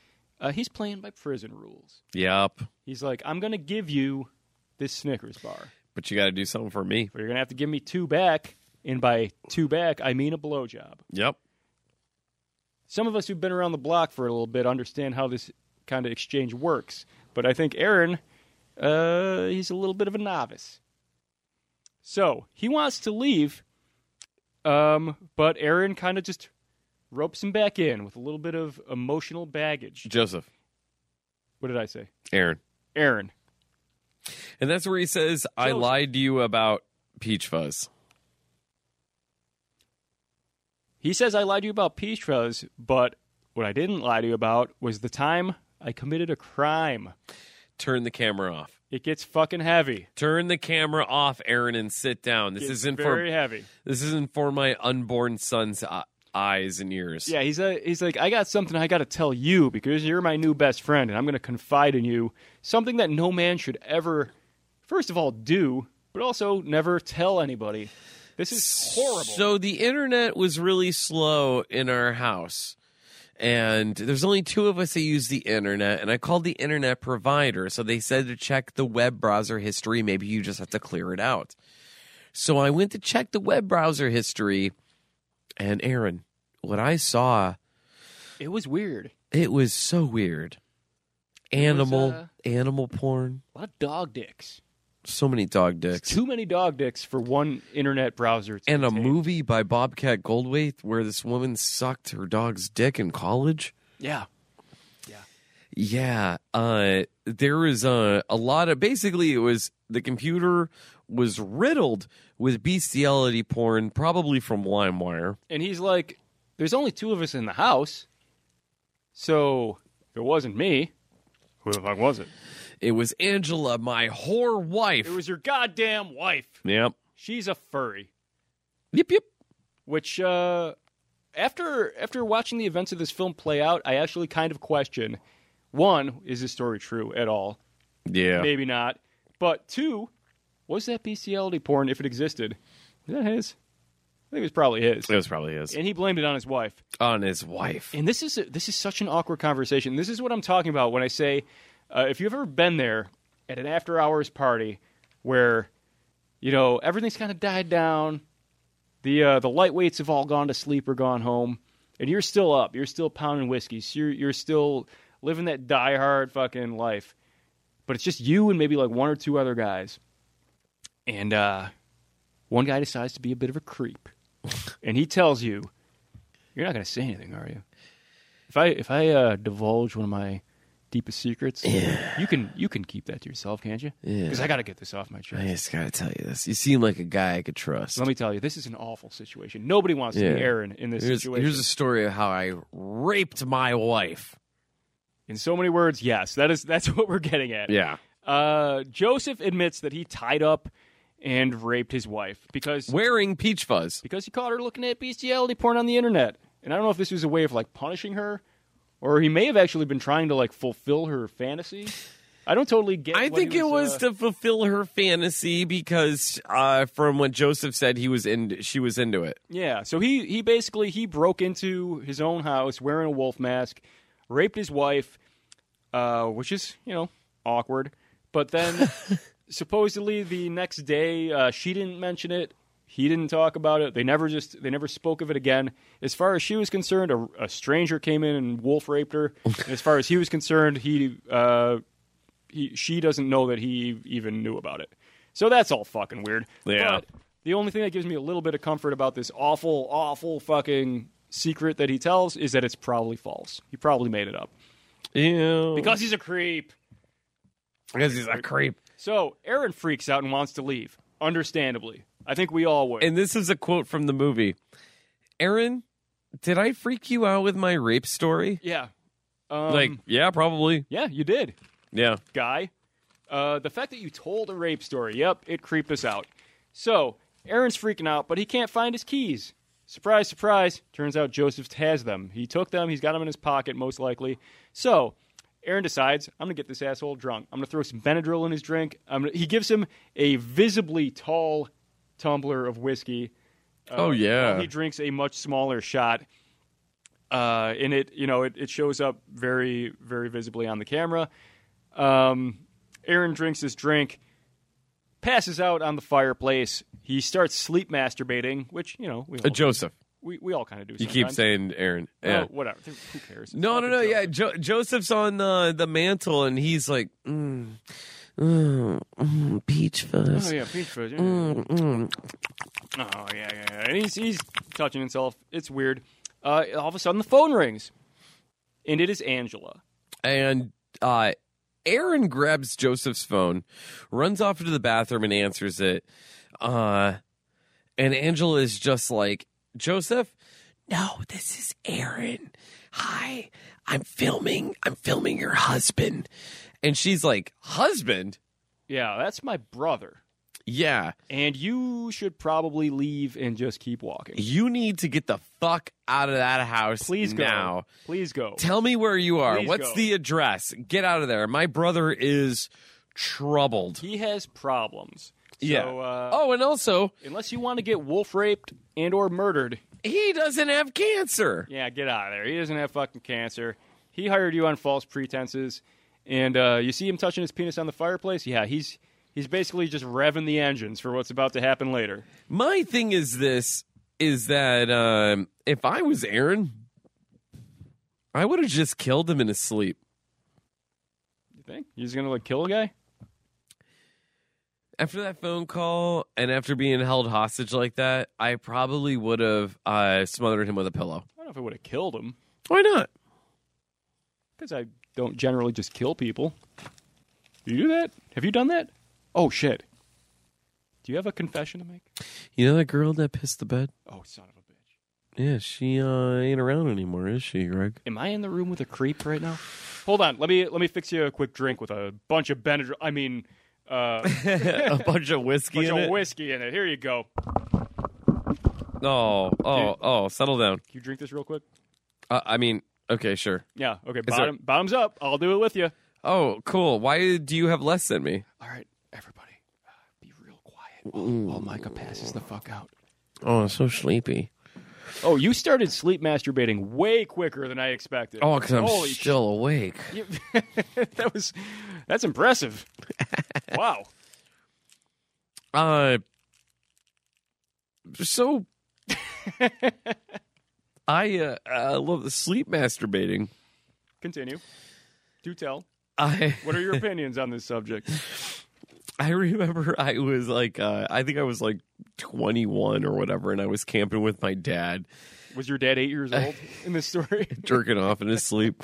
uh, he's playing by prison rules. Yep. He's like, I'm going to give you this Snickers bar, But you got to do something for me. but you're going to have to give me two back. And by two back, I mean a blowjob. Yep. Some of us who've been around the block for a little bit understand how this kind of exchange works, but I think Aaron, uh, he's a little bit of a novice. So he wants to leave, um, but Aaron kind of just ropes him back in with a little bit of emotional baggage. Joseph. What did I say? Aaron. Aaron. And that's where he says, I Joseph. lied to you about peach fuzz. He says I lied to you about peach fuzz, but what I didn't lie to you about was the time I committed a crime. Turn the camera off. It gets fucking heavy. Turn the camera off, Aaron, and sit down. This Gets isn't very for heavy. this isn't for my unborn son's uh, eyes and ears. Yeah, he's a, he's like, I got something I got to tell you because you're my new best friend, and I'm going to confide in you something that no man should ever, first of all, do, but also never tell anybody. This is horrible. So the internet was really slow in our house. And there's only two of us that use the internet, and I called the internet provider. So they said to check the web browser history. Maybe you just have to clear it out. So I went to check the web browser history, and Aaron, what I saw, it was weird. it was so weird. It was, Animal, uh, animal porn, A lot of dog dicks. so many dog dicks. Too many dog dicks for one internet browser. To and a contain. movie by Bobcat Goldthwait where this woman sucked her dog's dick in college. Yeah. Yeah, uh, there was uh, a a lot of basically it was the computer was riddled with bestiality porn, probably from LimeWire. And he's like, there's only two of us in the house. So if it wasn't me. Who the fuck was it? It was Angela, my whore wife. It was your goddamn wife. yep, She's a furry. yep, yep. Which, uh, after after watching the events of this film play out, I actually kind of question: one, is this story true at all? Yeah, Maybe not. But two, was that bestiality porn if it existed? Is that his? I think it was probably his. it was probably his And he blamed it on his wife. on his wife. And this is this is such an awkward conversation. This is what I'm talking about when I say, uh, if you've ever been there at an after hours party where, you know, everything's kind of died down, the uh, the lightweights have all gone to sleep or gone home, and you're still up, you're still pounding whiskeys, you're you're still living that diehard fucking life, but it's just you and maybe like one or two other guys, and uh, one guy decides to be a bit of a creep, and he tells you. You're not going to say anything, are you? If I if I uh, divulge one of my deepest secrets, you can you can keep that to yourself, can't you? Yeah. Because I got to get this off my chest. I just gotta tell you this. You seem like a guy I could trust. Let me tell you, this is an awful situation. Nobody wants to Yeah. be Aaron in this Here's, situation. here's a story of how I raped my wife. in so many words, yes, that is that's what we're getting at. Yeah. Uh, Joseph admits that he tied up and raped his wife because wearing peach fuzz. because he caught her looking at bestiality porn on the internet. And I don't know if this was a way of like punishing her, or he may have actually been trying to like fulfill her fantasy. I don't totally get. I what think he it was uh, to fulfill her fantasy because, uh, from what Joseph said, he was in. She was into it. Yeah, so he he basically he broke into his own house wearing a wolf mask, raped his wife, uh, which is you know awkward. But then supposedly the next day uh, she didn't mention it. He didn't talk about it. They never just they never spoke of it again. As far as she was concerned, a, a stranger came in and wolf raped her. And as far as he was concerned, he uh, he she doesn't know that he even knew about it. So that's all fucking weird. Yeah. But the only thing that gives me a little bit of comfort about this awful, awful fucking secret that he tells is that it's probably false. He probably made it up Yeah, because, because he's a creep. he's a creep. So Aaron freaks out and wants to leave. Understandably, I think we all would. And this is a quote from the movie. Aaron, did I freak you out with my rape story? yeah, um, like, yeah, probably. yeah, you did, Yeah, guy. Uh, the fact that you told a rape story, yep, it creeped us out. So Aaron's freaking out, but he can't find his keys. Surprise, surprise! Turns out Joseph has them. He took them. He's got them in his pocket, most likely. So Aaron decides, I'm gonna get this asshole drunk. I'm gonna throw some Benadryl in his drink. I'm gonna, he gives him a visibly tall tumbler of whiskey. Oh, yeah. while uh, He drinks a much smaller shot. Uh, and it, you know, it, it shows up very, very visibly on the camera. Um, Aaron drinks his drink, passes out on the fireplace. He starts sleep masturbating, which you know we all, Uh, Joseph. we, we all kind of do. You keep saying Aaron. Yeah. oh, whatever. Who cares? It's No, fucking no, no. Joseph. Yeah, jo- Joseph's on the the mantle, and he's like, mm, mm, mm, peach fuzz. Oh yeah, peach fuzz. yeah. Mm, mm. Oh yeah, yeah, yeah. And he's he's touching himself. It's weird. Uh, all of a sudden, the phone rings, and it is Angela. and uh, Aaron grabs Joseph's phone, runs off into the bathroom and answers it. Uh, and Angela is just like, Joseph, no, this is Aaron. "Hi, I'm filming. I'm filming your husband," and she's like, "Husband? Yeah, that's my brother. Yeah, And you should probably leave and just keep walking. you need to get the fuck out of that house, Please go. now." Please go. Tell me where you are. Please What's go. the address? Get out of there. My brother is troubled. He has problems. So, Yeah. uh, oh, and also, unless you want to get wolf raped and or murdered, he doesn't have cancer. yeah, get out of there. He doesn't have fucking cancer. He hired you on false pretenses, and uh, you see him touching his penis on the fireplace. Yeah, he's he's basically just revving the engines for what's about to happen later. My thing is this is that um, if I was Aaron, I would have just killed him in his sleep. You think he's gonna like kill a guy? After that phone call and after being held hostage like that, I probably would have uh, smothered him with a pillow. I don't know if I would have killed him Why not? because I don't generally just kill people. Do you do that? Have you done that? Oh shit! Do you have a confession to make? You know that girl that pissed the bed? Oh son of a bitch! Yeah, she uh, ain't around anymore, is she, Greg? Am I in the room with a creep right now? Hold on, let me let me fix you a quick drink with a bunch of Benadryl. I mean, uh, a bunch of whiskey bunch in of it. whiskey in it. Here you go. Can oh, oh, oh, settle down. you drink this real quick? Uh, I mean, okay, sure. Yeah. Okay. there- Bottom, bottoms up. I'll do it with you. Oh, cool. Why do you have less than me? All right, everybody, uh, be real quiet while, while Micah passes the fuck out. Oh, I'm so sleepy. Oh, you started sleep masturbating way quicker than I expected. Oh, because I'm Holy still awake. You- that was that's impressive. wow. Uh, so I uh, I love the sleep masturbating. Continue. Do tell. I What are your opinions on this subject? I remember I was like uh, I think I was like 21 or whatever, and I was camping with my dad, Was your dad eight years old in this story? jerking off in his sleep.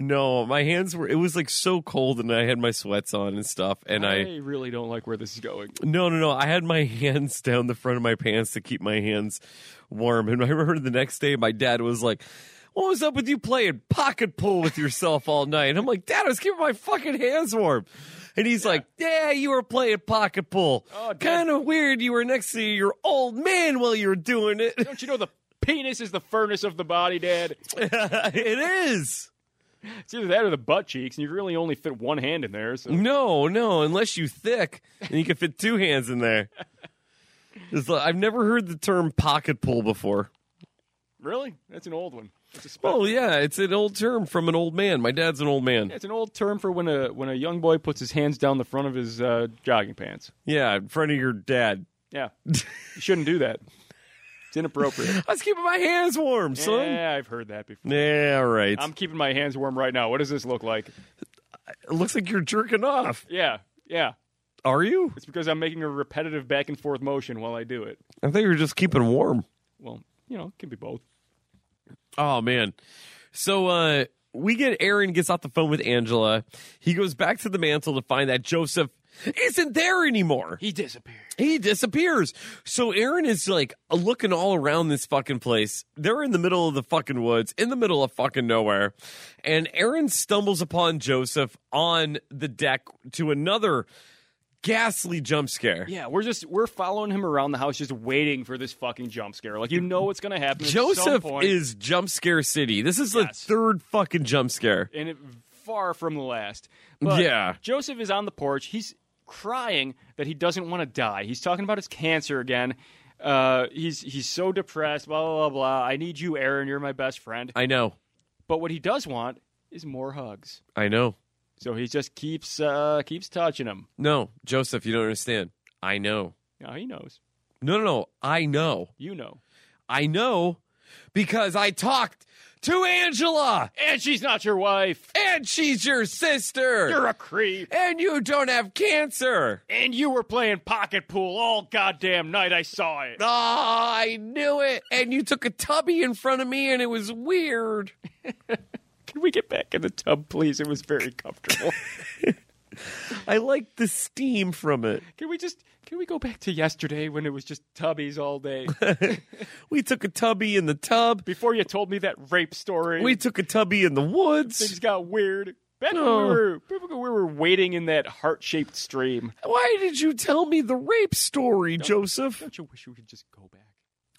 No, my hands were. It was like so cold, and I had my sweats on and stuff. And I really don't like where this is going. no, no, no. I had my hands down the front of my pants to keep my hands warm. And I remember the next day, my dad was like, "What was up with you playing pocket pool with yourself all night?" And I'm like, "Dad, I was keeping my fucking hands warm." And he's like, "Yeah, you were playing pocket pool. Oh, Dad. kind of weird. You were next to your old man while you were doing it. Don't you know the penis is the furnace of the body, Dad? it is." It's either that or the butt cheeks, and you really only fit one hand in there. So No, no, unless you thick and you can fit two hands in there. It's like- I've never heard the term pocket pool before. really, that's an old one. It's a spell. Oh yeah, it's an old term from an old man. My dad's an old man. It's an old term for when a when a young boy puts his hands down the front of his uh, jogging pants. Yeah, in front of your dad. Yeah, you shouldn't do that. It's inappropriate. I was keeping my hands warm, son. yeah, I've heard that before. Yeah, all right. I'm keeping my hands warm right now. What does this look like? it looks like you're jerking off. Yeah, yeah. Are you? It's because I'm making a repetitive back and forth motion while I do it. I thought you were just keeping warm. Well, you know, it can be both. Oh man. So uh we get Aaron gets off the phone with Angela. He goes back to the mantle to find that Joseph isn't there anymore. He disappeared. He disappears. So Aaron is like looking all around this fucking place. They're in the middle of the fucking woods, in the middle of fucking nowhere. And Aaron stumbles upon Joseph on the deck to another ghastly jump scare. Yeah, we're just we're following him around the house, just waiting for this fucking jump scare. Like you know what's gonna happen. at some Joseph point, is jump scare city. This is Yes. the third fucking jump scare. and it, far from the last. But Yeah. Joseph is on the porch. He's crying that he doesn't want to die. He's talking about his cancer again. Uh, he's he's so depressed. Blah blah blah. blah. I need you, Aaron. You're my best friend. I know. But what he does want is more hugs. I know. So he just keeps uh, keeps touching him. No, Joseph, you don't understand. I know. Now he knows. No, no, no. I know. You know. I know because I talked to Angela. And she's not your wife. and she's your sister, You're a creep. and you don't have cancer. And you were playing pocket pool all goddamn night. I saw it. Oh, I knew it. And you took a tubby in front of me, and it was weird. Can we get back in the tub, please? It was very comfortable. I like the steam from it. Can we just Can we go back to yesterday when it was just tubbies all day? we took a tubby in the tub. Before you told me that rape story, We took a tubby in the things woods. got weird. Back when, No. we were, back when we were wading in that heart shaped stream. Why did you tell me the rape story, Joseph? Don't you wish we could just go back?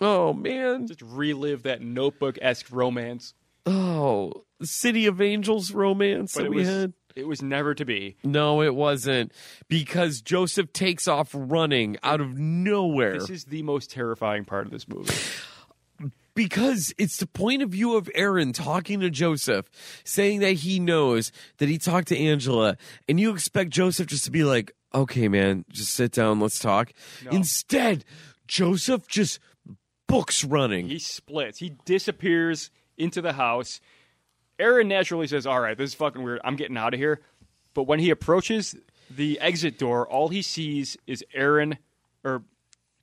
Oh man. Just relive that notebook esque romance. Oh, City of Angels romance But that it we was, had. it was never to be. No, it wasn't because Joseph takes off running out of nowhere. This is the most terrifying part of this movie. because it's the point of view of Aaron talking to Joseph, saying that he knows that he talked to Angela, and you expect Joseph just to be like, okay, man, just sit down, let's talk. No. Instead, Joseph just books running. He splits. He disappears into the house. Aaron naturally says, "All right, this is fucking weird. I'm getting out of here." But when he approaches the exit door, all he sees is Aaron. Or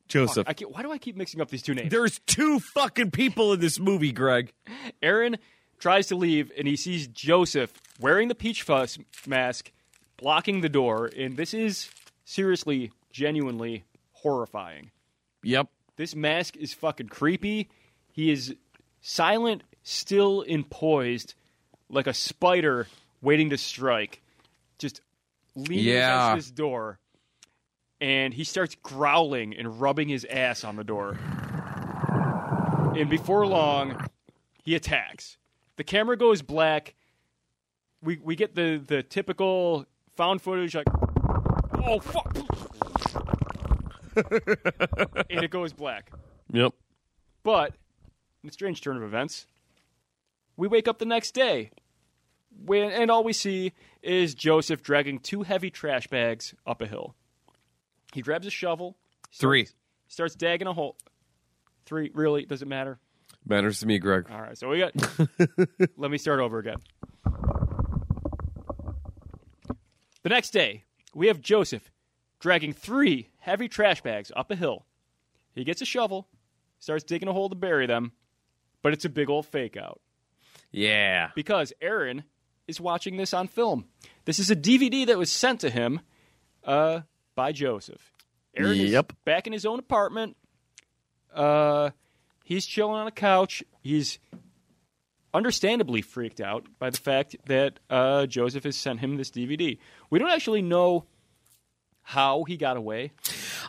Joseph. I can't, why do I keep mixing up these two names? There's two fucking people in this movie, Greg. Aaron tries to leave, and he sees Joseph wearing the peach fuzz mask, blocking the door. And this is seriously, genuinely horrifying. Yep. This mask is fucking creepy. He is silent, still, and poised like a spider waiting to strike. Just leaning Yeah. against this door. And he starts growling and rubbing his ass on the door. And before long, he attacks. The camera goes black. We, we get the, the typical found footage like, oh, fuck. and it goes black. Yep. But in a strange turn of events, we wake up the next day, when, and all we see is Joseph dragging two heavy trash bags up a hill. He grabs a shovel, Three. starts dagging a hole. Three really doesn't matter. Matters to me, Greg. All right, so we got. let me start over again. The next day, we have Joseph dragging three heavy trash bags up a hill. He gets a shovel, starts digging a hole to bury them, but it's a big old fake out Yeah. because Aaron is watching this on film. This is a DVD that was sent to him uh, by Joseph. Aaron Yep. is back in his own apartment. Uh, he's chilling on a couch. He's understandably freaked out by the fact that uh, Joseph has sent him this DVD. We don't actually know how he got away.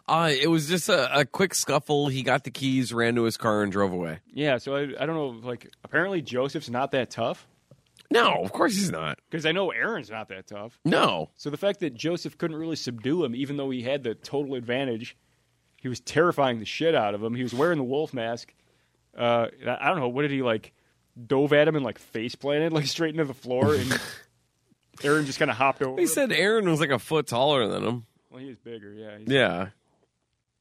Uh, it was just a, a quick scuffle. He got the keys, ran to his car, and drove away. Yeah, so I, I don't know. Like, apparently Joseph's not that tough No, of course he's not. because I know Aaron's not that tough. No. So the fact that Joseph couldn't really subdue him, even though he had the total advantage, he was terrifying the shit out of him. He was wearing the wolf mask. Uh, I I don't know. What did he like? Dove at him and like face planted like straight into the floor, and Aaron just kind of hopped over. They him. said Aaron was like a foot taller than him. well, he was bigger. Yeah, he's- Yeah.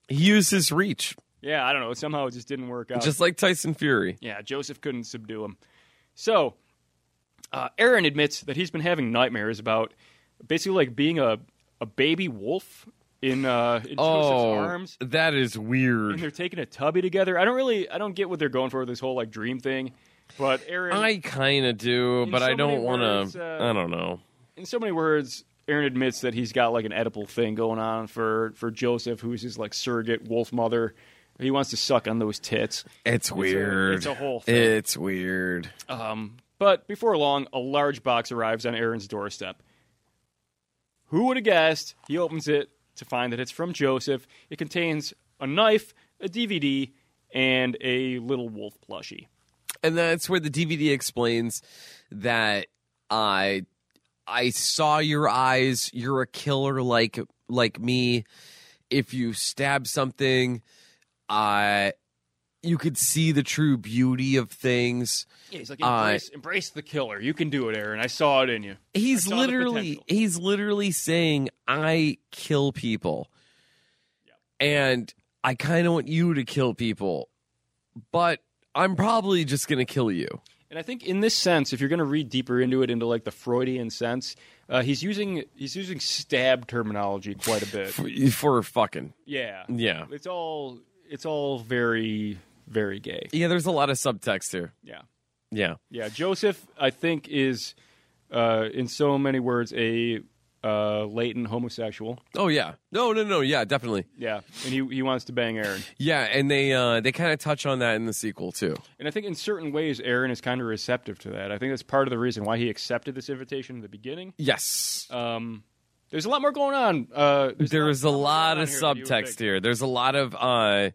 He used his reach, yeah. I don't know. Somehow it just didn't work out. just like Tyson Fury. Yeah, Joseph couldn't subdue him. So, uh, Aaron admits that he's been having nightmares about basically like being a, a baby wolf in, uh, in oh, Joseph's arms. that is and weird. they're taking a tubby together. I don't really, I don't get what they're going for with this whole like dream thing. But Aaron, I kind of do, In but so I many don't want words, to. uh, I don't know. in so many words, Aaron admits that he's got like an edible thing going on for for Joseph, who's his like surrogate wolf mother. He wants to suck on those tits. It's weird. it's a whole thing. It's weird. Um, but before long, a large box arrives on Aaron's doorstep. Who would have guessed? He opens it to find that it's from Joseph. It contains a knife, a DVD, and a little wolf plushie. and that's where the DVD explains that I I saw your eyes. You're a killer like like me. If you stab something, I you could see the true beauty of things. Yeah, he's like, Uh, embrace, embrace the killer. You can do it, Aaron. I saw it in you. He's saw the literally potential. he's literally saying I kill people. And I kind of want you to kill people. But I'm probably just going to kill you. And I think in this sense, if you're going to read deeper into it, into like the Freudian sense, uh, he's using he's using stab terminology quite a bit. For, for fucking. Yeah, Yeah. It's all it's all very very gay. Yeah, there's a lot of subtext here. Yeah, Yeah. yeah. Joseph, I think, is uh, in so many words a uh, latent homosexual. Oh yeah. No, no, no. Yeah, definitely. Yeah, and he he wants to bang Aaron. Yeah, and they uh they kind of touch on that in the sequel too. And I think in certain ways, Aaron is kind of receptive to that. I think that's part of the reason why he accepted this invitation in the beginning. Yes. Um, there's a lot more going on. Uh, there's there is a lot going on of here that you would subtext think. here. There's a lot of uh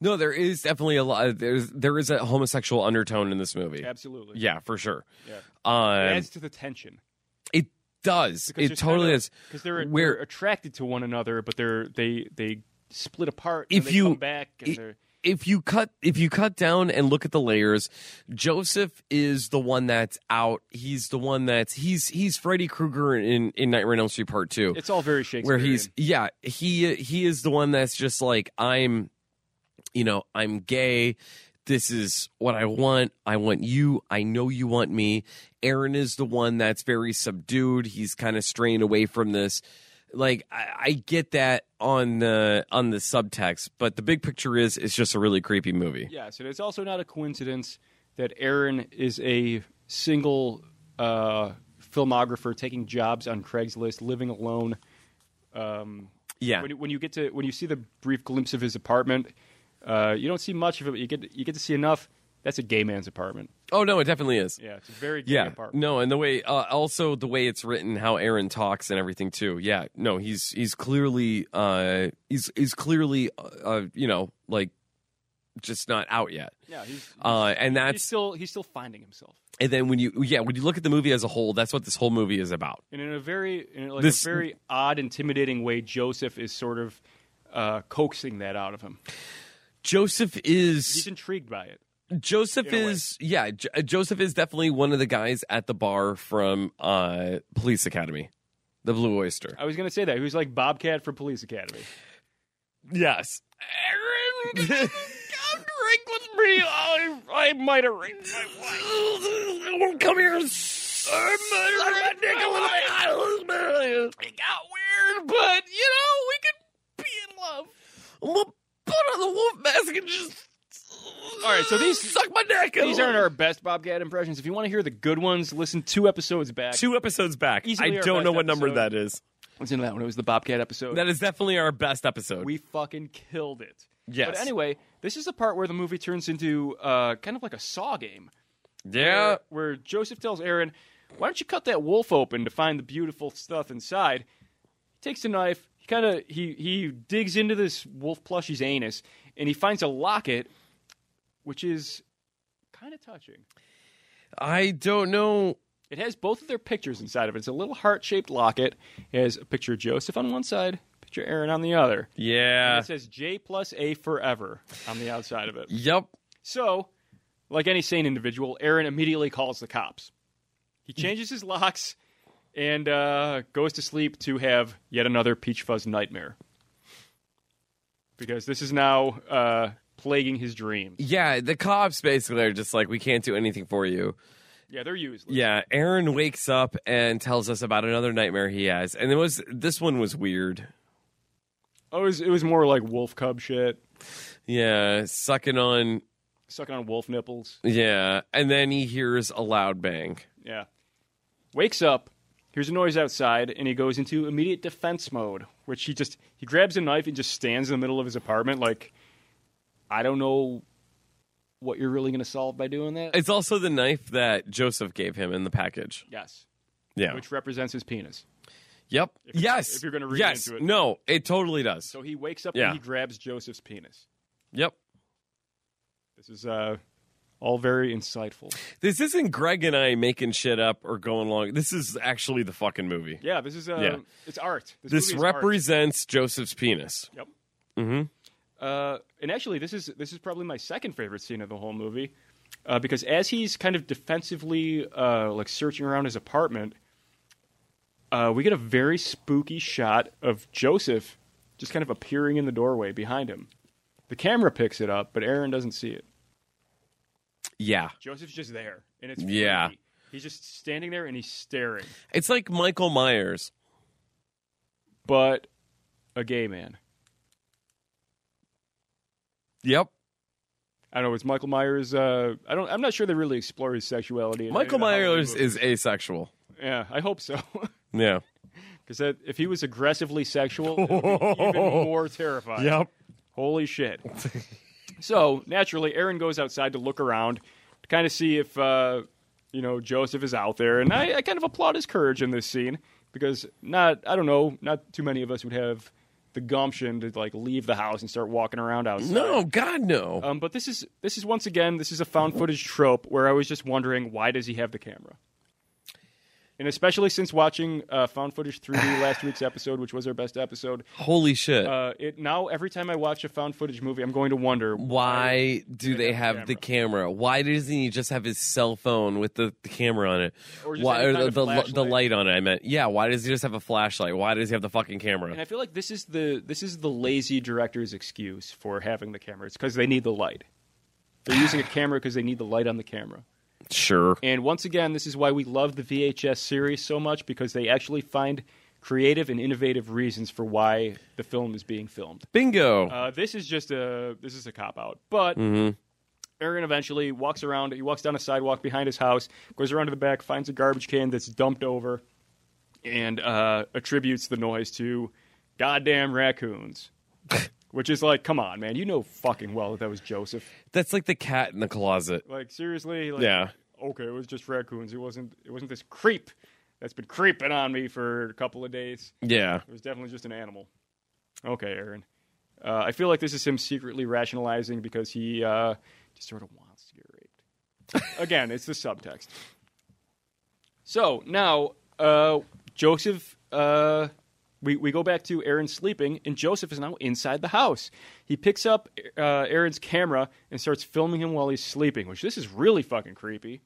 No, there is definitely a lot there's there is a homosexual undertone in this movie. Absolutely. Yeah, for sure. Yeah. It Um adds to the tension. it does. Because it there's totally kinda- is. because they're, Where- they're attracted to one another, but they're they they split apart. If and then they you- come back, and i- they're, if you cut if you cut down and look at the layers, Joseph is the one that's out. He's the one that's he's he's Freddy Krueger in in Nightmare on Elm Street Part Two, it's all very Shakespearean. where he's yeah he he is the one that's just like I'm, you know I'm gay. This is what I want. I want you. I know you want me. Aaron is the one that's very subdued. He's kind of straying away from this. Like I, I get that on the on the subtext, but the big picture is it's just a really creepy movie. yeah. So it's also not a coincidence that Aaron is a single uh, filmographer taking jobs on Craigslist, living alone. Um, Yeah, when, you- when you get to when you see the brief glimpse of his apartment, uh, you don't see much of it. But you get you get to see enough. That's a gay man's apartment. Oh no, it definitely is. Yeah, it's a very gay Yeah. apartment. No, and the way uh, also the way it's written, how Aaron talks and everything too. Yeah. No, he's he's clearly uh he's he's clearly uh, uh you know, like just not out yet. Yeah, he's, Uh and he's that's still he's still finding himself. and then when you yeah, when you look at the movie as a whole, that's what this whole movie is about. And in a very, in like This- a very odd, intimidating way, Joseph is sort of uh, coaxing that out of him. Joseph is He's intrigued by it. Joseph in a way. is yeah, J- uh, Joseph is definitely one of the guys at the bar from uh Police Academy. The Blue Oyster. I was going to say that he was like Bobcat for Police Academy. Yes. Aaron, come drink with me. I, I might have raped my wife. Come here. I might have raped my wife. It got weird, but you know, we could be in love. I'm gonna put on the wolf mask and just. All right, so these- suck my neck. These aren't our best Bobcat impressions. If you want to hear the good ones, listen two episodes back. two episodes back. Easily I our don't know best what number episode. that is. Listen to that one. It was the Bobcat episode. That is definitely our best episode. we fucking killed it. Yes. But anyway, this is the part where the movie turns into uh, kind of like a Saw game. yeah. uh, where, where Joseph tells Aaron, "Why don't you cut that wolf open to find the beautiful stuff inside?" He takes the knife. He kind of he he digs into this wolf plushie's anus, and he finds a locket, which is kind of touching. I don't know. It has both of their pictures inside of it. It's a little heart shaped locket. It has a picture of Joseph on one side, picture of Aaron on the other. Yeah. It says J plus A forever on the outside of it. Yep. So, like any sane individual, Aaron immediately calls the cops. He changes his locks and uh, goes to sleep to have yet another Peach Fuzz nightmare. Because this is now uh, plaguing his dreams. Yeah, the cops basically are just like, we can't do anything for you. Yeah, they're useless. Yeah, Aaron wakes up and tells us about another nightmare he has, and it was this one was weird. Oh, it was, it was more like wolf cub shit, Yeah, sucking on. sucking on wolf nipples. Yeah, and then he hears a loud bang. Yeah. Wakes up, hears a noise outside, and he goes into immediate defense mode, which he just he grabs a knife and just stands in the middle of his apartment like I don't know what you're really gonna solve by doing that. It's also the knife that Joseph gave him in the package. yes. Yeah. Which represents his penis. yep. you're- yes. if you're gonna read yes. into it. No, it totally does. So he wakes up Yeah. and he grabs Joseph's penis. Yep. This is uh all very insightful. This isn't Greg and I making shit up or going along. This is actually the fucking movie. Yeah, this is uh Yeah. it's art. This, This movie is art. represents Joseph's penis. Yep. Mm-hmm. Uh, and actually, this is this is probably my second favorite scene of the whole movie, uh, because as he's kind of defensively uh, like searching around his apartment, uh, we get a very spooky shot of Joseph just kind of appearing in the doorway behind him. The camera picks it up, but Aaron doesn't see it. Yeah. Joseph's just there, and it's Yeah. freaky. He's just standing there and he's staring, It's like Michael Myers. but a gay man. Yep. I don't know. It's Michael Myers. Uh, I don't. I'm not sure they really explore his sexuality. in any Michael of the Halloween Myers movies. is asexual. Yeah, I hope so. Yeah. Because that if he was aggressively sexual, it would be even more terrifying. Yep. Holy shit. so naturally, Aaron goes outside to look around to kind of see if, uh, you know, Joseph is out there. And I, I kind of applaud his courage in this scene because not, I don't know, not too many of us would have the gumption to like leave the house and start walking around outside. No, God, no. Um, but this is this is once again this is a found footage trope where I was just wondering why does he have the camera, and especially since watching uh, found footage 3D last week's episode, which was our best episode, Holy shit. uh, it now every time I watch a found footage movie, I'm going to wonder Why do they have the camera? Why doesn't he just have his cell phone with the, the camera on it? Or just why any or kind the, of the, li- the flashlight. light on it? I meant, yeah. Why does he just have a flashlight? Why does he have the fucking And camera? I feel like this is the this is the lazy director's excuse for having the camera. It's because they need the light. They're using a camera because they need the light on the camera. Sure. And once again, this is why we love the VHS series so much because they actually find creative and innovative reasons for why the film is being filmed. Bingo. Uh, this is just a this is a cop out, but. Aaron eventually walks around. He walks down a sidewalk behind his house, goes around to the back, finds a garbage can that's dumped over, and uh, attributes the noise to goddamn raccoons. Which is like, come on, man, you know fucking well that that was Joseph. That's like the cat in the closet. Like seriously, like, Yeah. okay, it was just raccoons. It wasn't. It wasn't this creep that's been creeping on me for a couple of days. Yeah. It was definitely just an animal. Okay, Aaron. Uh, I feel like this is him secretly rationalizing because he uh, just sort of wants to get raped. Again, it's the subtext. So now, uh, Joseph, uh, we, we go back to Aaron sleeping, and Joseph is now inside the house. He picks up uh, Aaron's camera and starts filming him while he's sleeping, which this is really fucking creepy.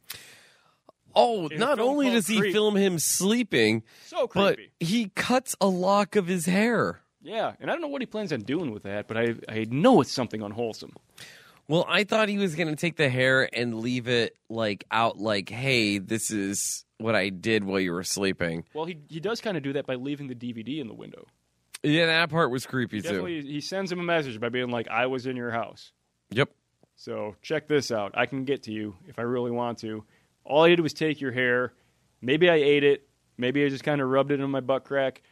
Oh, In a not film only called does he Creep. film him sleeping, So but creepy. he cuts a lock of his hair. yeah, and I don't know what he plans on doing with that, but I, I know it's something unwholesome. Well, I thought he was going to take the hair and leave it like out, like, hey, this is what I did while you were sleeping. Well, he he does kind of do that by leaving the DVD in the window. Yeah, that part was creepy too. Definitely, he sends him a message by being like, "I was in your house, Yep. so check this out. I can get to you if I really want to. All I did was take your hair. Maybe I ate it. Maybe I just kind of rubbed it in my butt crack.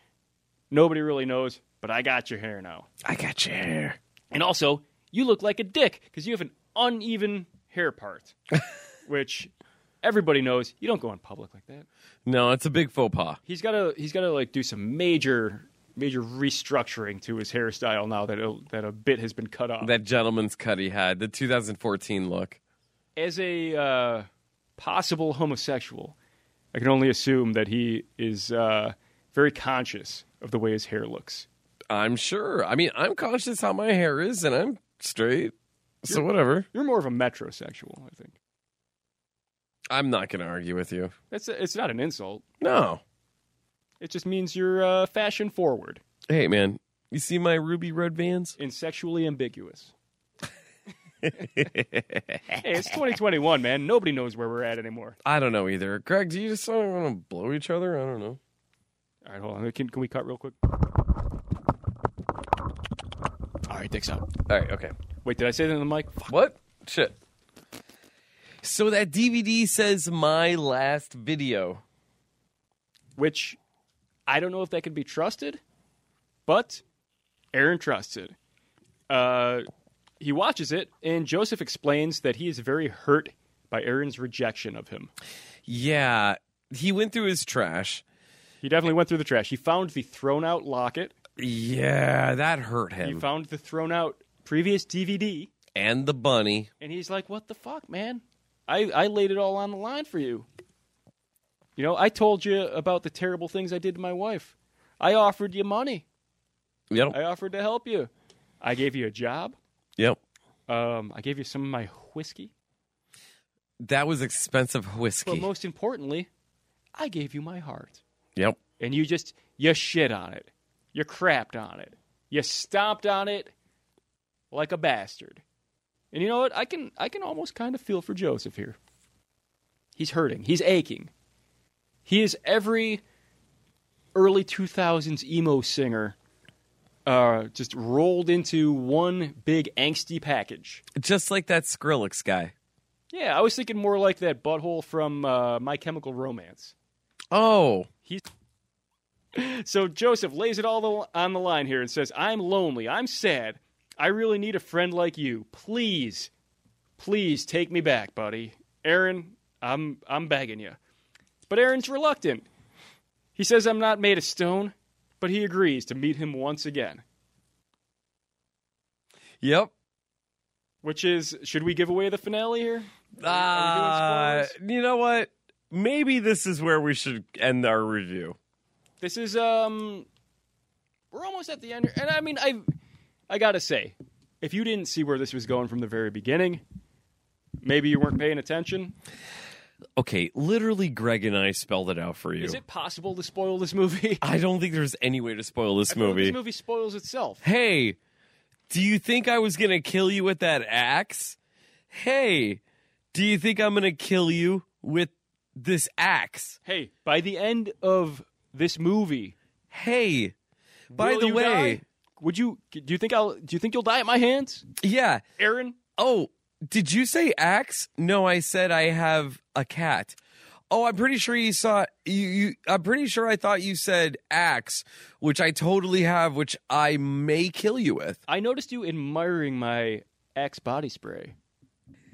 Nobody really knows, but I got your hair now. I got your hair. And also, you look like a dick because you have an uneven hair part, which everybody knows. You don't go in public like that. No, it's a big faux pas. he's got to he's got to like do some major major restructuring to his hairstyle now that it, that a bit has been cut off. That gentleman's cut he had, the 2014 look. As a uh, possible homosexual, I can only assume that he is uh, very conscious of the way his hair looks. I'm sure. I mean, I'm conscious how my hair is, and I'm straight. So whatever. You're more of a metrosexual, I think. I'm not going to argue with you. That's it's not an insult. No. It just means you're uh, fashion forward Hey, man. You see my ruby red vans? and sexually ambiguous. hey, it's 2021, man. Nobody knows where we're at anymore. I don't know either. Greg, do you just want to blow each other? I don't know. All right, hold on. Can, can we cut real quick? All right, dick's out. All right. Okay. Wait, did I say that in the mic? Fuck. What? Shit. So that DVD says my last video. Which I don't know if that can be trusted, but Aaron trusts it. Uh, he watches it, and Joseph explains that he is very hurt by Aaron's rejection of him. Yeah. He went through his trash. He definitely went through the trash. He found the thrown out locket. Yeah, that hurt He him. found the thrown out previous DVD, and the bunny. and he's like, "What the fuck, man? I I laid it all on the line for you." You know, I told you about the terrible things I did to my wife. I offered you money. Yep. I offered to help you. I gave you a job. Yep. Um, I gave you some of my whiskey. That was expensive whiskey. But most importantly, I gave you my heart. yep. And you just you shit on it. You crapped on it. You stomped on it like a bastard. And you know what? I can I can almost kind of feel for Joseph here. He's hurting. He's aching. He is every early 2000s emo singer uh, just rolled into one big angsty package. Just like that Skrillex guy. Yeah, I was thinking more like that butthole from uh, My Chemical Romance. Oh. He's So Joseph lays it all the, on the line here and says, I'm lonely. I'm sad. I really need a friend like you. Please, please take me back, buddy. Aaron, I'm, I'm begging you. But Aaron's reluctant. He says, I'm not made of stone, but he agrees to meet him once again. Yep. Which is, should we give away the finale here? Uh, Are we doing spoilers? you know what? Maybe this is where we should end our review. This is um we're almost at the end here. and I mean I I got to say if you didn't see where this was going from the very beginning, maybe you weren't paying attention. Okay, literally, Greg and I spelled it out for you. Is it possible to spoil this movie? I don't think there's any way to spoil I this feel like movie. This movie spoils itself. Hey, do you think I was going to kill you with that axe? Hey, do you think I'm going to kill you with this axe? Hey, by the end of this movie, Hey, by will the you way, die? would you do you think I'll do you think you'll die at my hands? yeah. Aaron, Oh, did you say axe? No, I said I have a cat. Oh, I'm pretty sure you saw you, you I'm pretty sure I thought you said axe, which I totally have, which I may kill you with. I noticed you admiring my Axe body spray,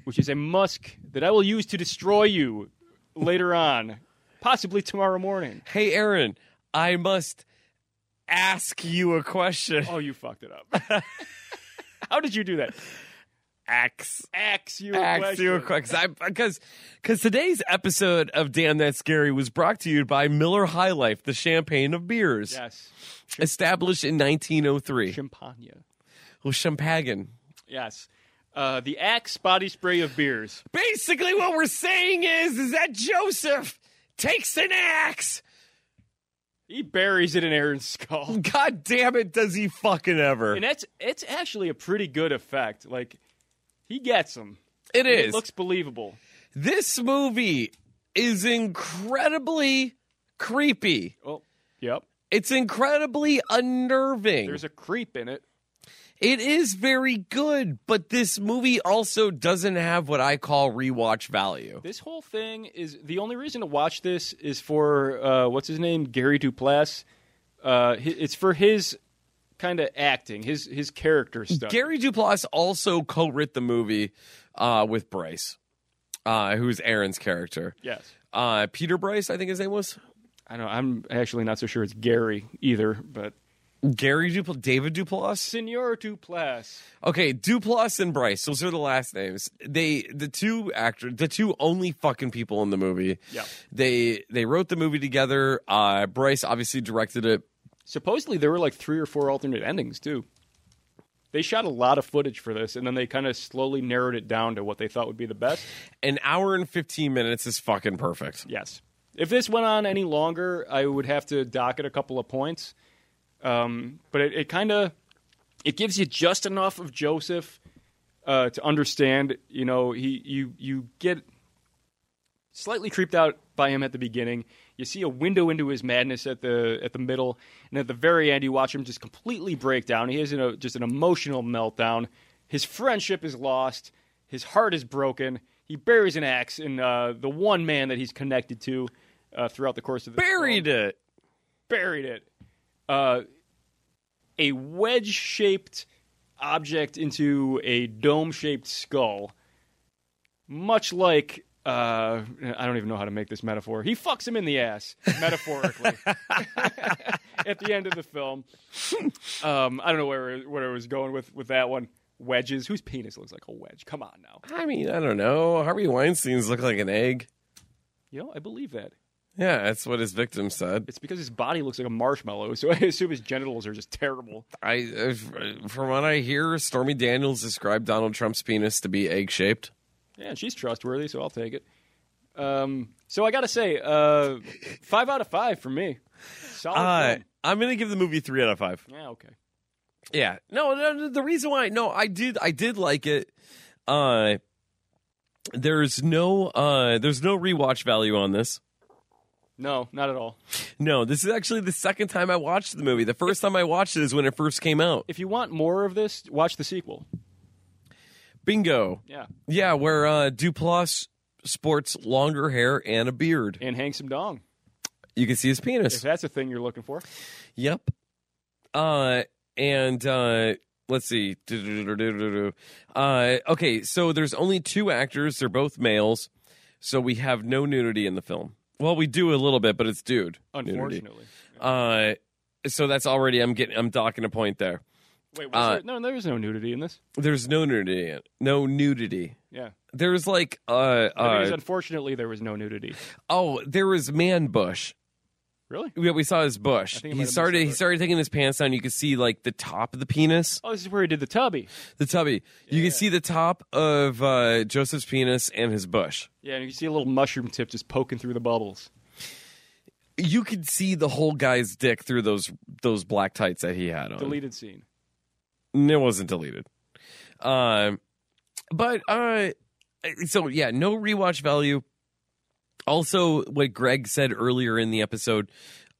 which is a musk that I will use to destroy you later on, possibly tomorrow morning. Hey Aaron, I must ask you a question. Oh, you fucked it up. How did you do that? Axe. Axe you a Ask question. you a question. Because because today's episode of Damn That Scary was brought to you by Miller High Life, the champagne of beers, Yes. established in 1903. Champagne. Well, champagne. Yes. Uh, the Axe body spray of beers. Basically, what we're saying is is that Joseph takes an axe. He buries it in Aaron's skull. God damn it, does he fucking ever? And that's it's actually a pretty good effect. Like he gets him. It It is. looks believable. this movie is incredibly creepy. Oh, yep. It's incredibly unnerving. There's a creep in it. It is very good, but this movie also doesn't have what I call rewatch value. This whole thing is the only reason to watch this is for uh, what's his name, Gary Duplass. Uh, hi- it's for his kind of acting, his his character stuff. Gary Duplass also co-writ the movie uh, with Bryce, uh, who's Aaron's character. yes, Uh, Peter Bryce, I think his name was. I know. I'm actually not so sure it's Gary either, but Gary Duplass, David Duplass. Senor Duplass. Okay, Duplass and Bryce. Those are the last names. They, the two actors, the two only fucking people in the movie. Yeah. They they wrote the movie together. Uh, Bryce obviously directed it. Supposedly there were like three or four alternate endings too. They shot a lot of footage for this, and then they kind of slowly narrowed it down to what they thought would be the best. An hour and fifteen minutes is fucking perfect. Yes. If this went on any longer, I would have to dock it a couple of points. Um, but it, it kind of it gives you just enough of Joseph uh, to understand. You know, he you you get slightly creeped out by him at the beginning. You see a window into his madness at the at the middle, and at the very end, you watch him just completely break down. He has an, a, just an emotional meltdown. His friendship is lost. His heart is broken. He buries an axe in uh, the one man that he's connected to uh, throughout the course of the buried it. buried it. Uh, a wedge shaped object into a dome shaped skull. Much like, uh, I don't even know how to make this metaphor. He fucks him in the ass, metaphorically, at the end of the film. Um, I don't know where, where I was going with, with that one. Wedges. Whose penis looks like a wedge? Come on now. I mean, I don't know. Harvey Weinstein's look like an egg. You know, I believe that. Yeah, that's what his victim said. It's because his body looks like a marshmallow, so I assume his genitals are just terrible. I, uh, from what I hear, Stormy Daniels described Donald Trump's penis to be egg shaped. Yeah, and she's trustworthy, so I'll take it. Um, so I gotta say, uh, five out of five for me. Solid. Uh, film. I'm gonna give the movie three out of five. Yeah. Okay. Yeah, no, no, no, the reason why, no, I did, I did like it. Uh, there's no, uh, there's no rewatch value on this. No, not at all. No, this is actually the second time I watched the movie. The first time I watched it is when it first came out. If you want more of this, watch the sequel. Bingo. Yeah, Yeah, where uh, Duplass sports longer hair and a beard. and hang some dong. You can see his If penis. that's a thing you're looking for, Yep. Uh, and uh, let's see. Do-do-do-do-do-do. Uh, okay, so there's only two actors. They're both males, so we have no nudity in the film. Well, we do a little bit, but it's dude. nudity. unfortunately. Uh, so that's already. I'm getting. I'm docking a point there. Wait, was uh, there, no, there is no nudity in this. There's no nudity. in- No nudity. Yeah, There's like uh, That means uh unfortunately there was no nudity. oh there was man bush. Really? Yeah, we saw his bush. I think I might He have missed started. that He part. started taking his pants down. You could see like the top of the penis. Oh, this is where he did the tubby. the tubby. You Yeah. can see the top of uh, Joseph's penis and his bush. Yeah, and you can see a little mushroom tip just poking through the bubbles. You could see the whole guy's dick through those those black tights that he had on. Deleted scene. And It wasn't deleted. Um, but uh, so yeah, no rewatch value. Also, what Greg said earlier in the episode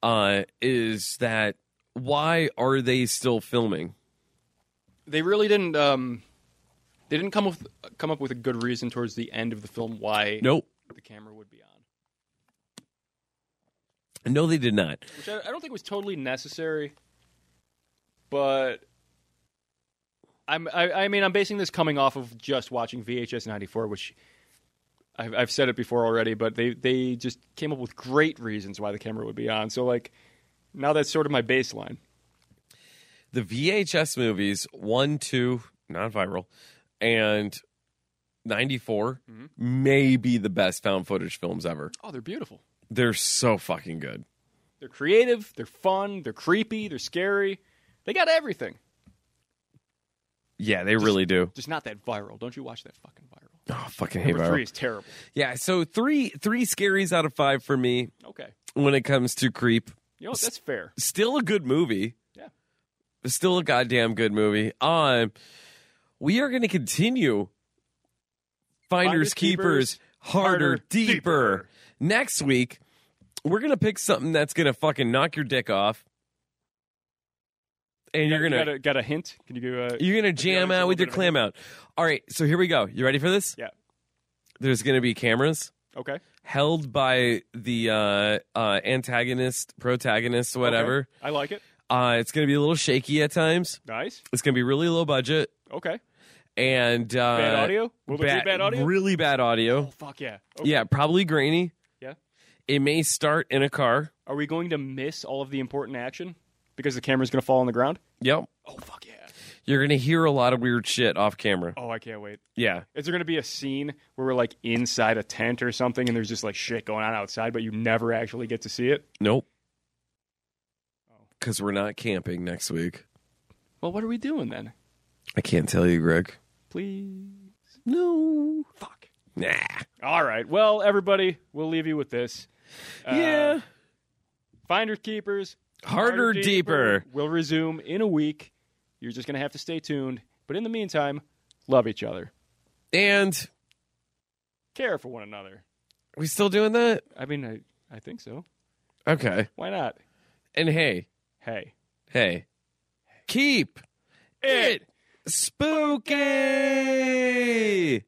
uh, is that why are they still filming? They really didn't. Um, they didn't come with come up with a good reason towards the end of the film why Nope. the camera would be on, No, they did not. which I, I don't think was totally necessary. But I'm. I, I mean, I'm basing this coming off of just watching VHS '94, which. I've, I've said it before already, but they, they just came up with great reasons why the camera would be on. So, like, now that's sort of my baseline. the VHS movies one, two, not viral, and ninety Mhm. may be the best found footage films ever. Oh, they're beautiful. They're so fucking good. They're creative, they're fun, they're creepy, they're scary. They got everything. Yeah, they really do. Just not that viral. Don't you watch that fucking viral. Oh, fucking hate Number viral. three is terrible. Yeah, so three three scaries out of five for me Okay. when it comes to creep. You know, what? that's fair. Still a good movie. Yeah. Still a goddamn good movie. Um, we are going to continue Finders, Finders, Keepers, Keepers, Harder, Harder, deeper. Deeper. Next week, we're going to pick something that's going to fucking knock your dick off. And you're You going to got a, got a hint? Can you do a you're going to you jam got a out with your little bit of clam out. All right, so here we go. You ready for this? Yeah. There's going to be cameras Okay. held by the uh, uh, antagonist, protagonist, whatever. Okay. I like it. Uh, it's going to be a little shaky at times. Nice. It's going to be really low budget Okay. and uh, Bad audio? Will there bad- be bad audio? really bad audio. Oh fuck yeah. Okay. Yeah, probably grainy. Yeah. It may start in a car. Are we going to miss all of the important action because the camera's going to fall on the ground? Yep. Oh fuck yeah. You're going to hear a lot of weird shit off camera. Oh, I can't wait. Yeah. Is there going to be a scene where we're like inside a tent or something and there's just like shit going on outside but you never actually get to see it? Nope. Oh. Because we're not camping next week. Well, what are we doing then? I can't tell you, Greg. Please. No. Fuck. Nah. All right. Well, everybody, we'll leave you with this. Uh, yeah. Finders keepers. Harder, deeper. We'll resume in a week. You're just going to have to stay tuned. But in the meantime, love each other. And Care for one another. we still doing that? I mean, I, I think so. Okay. Why not? And hey, Hey. hey, keep it spooky.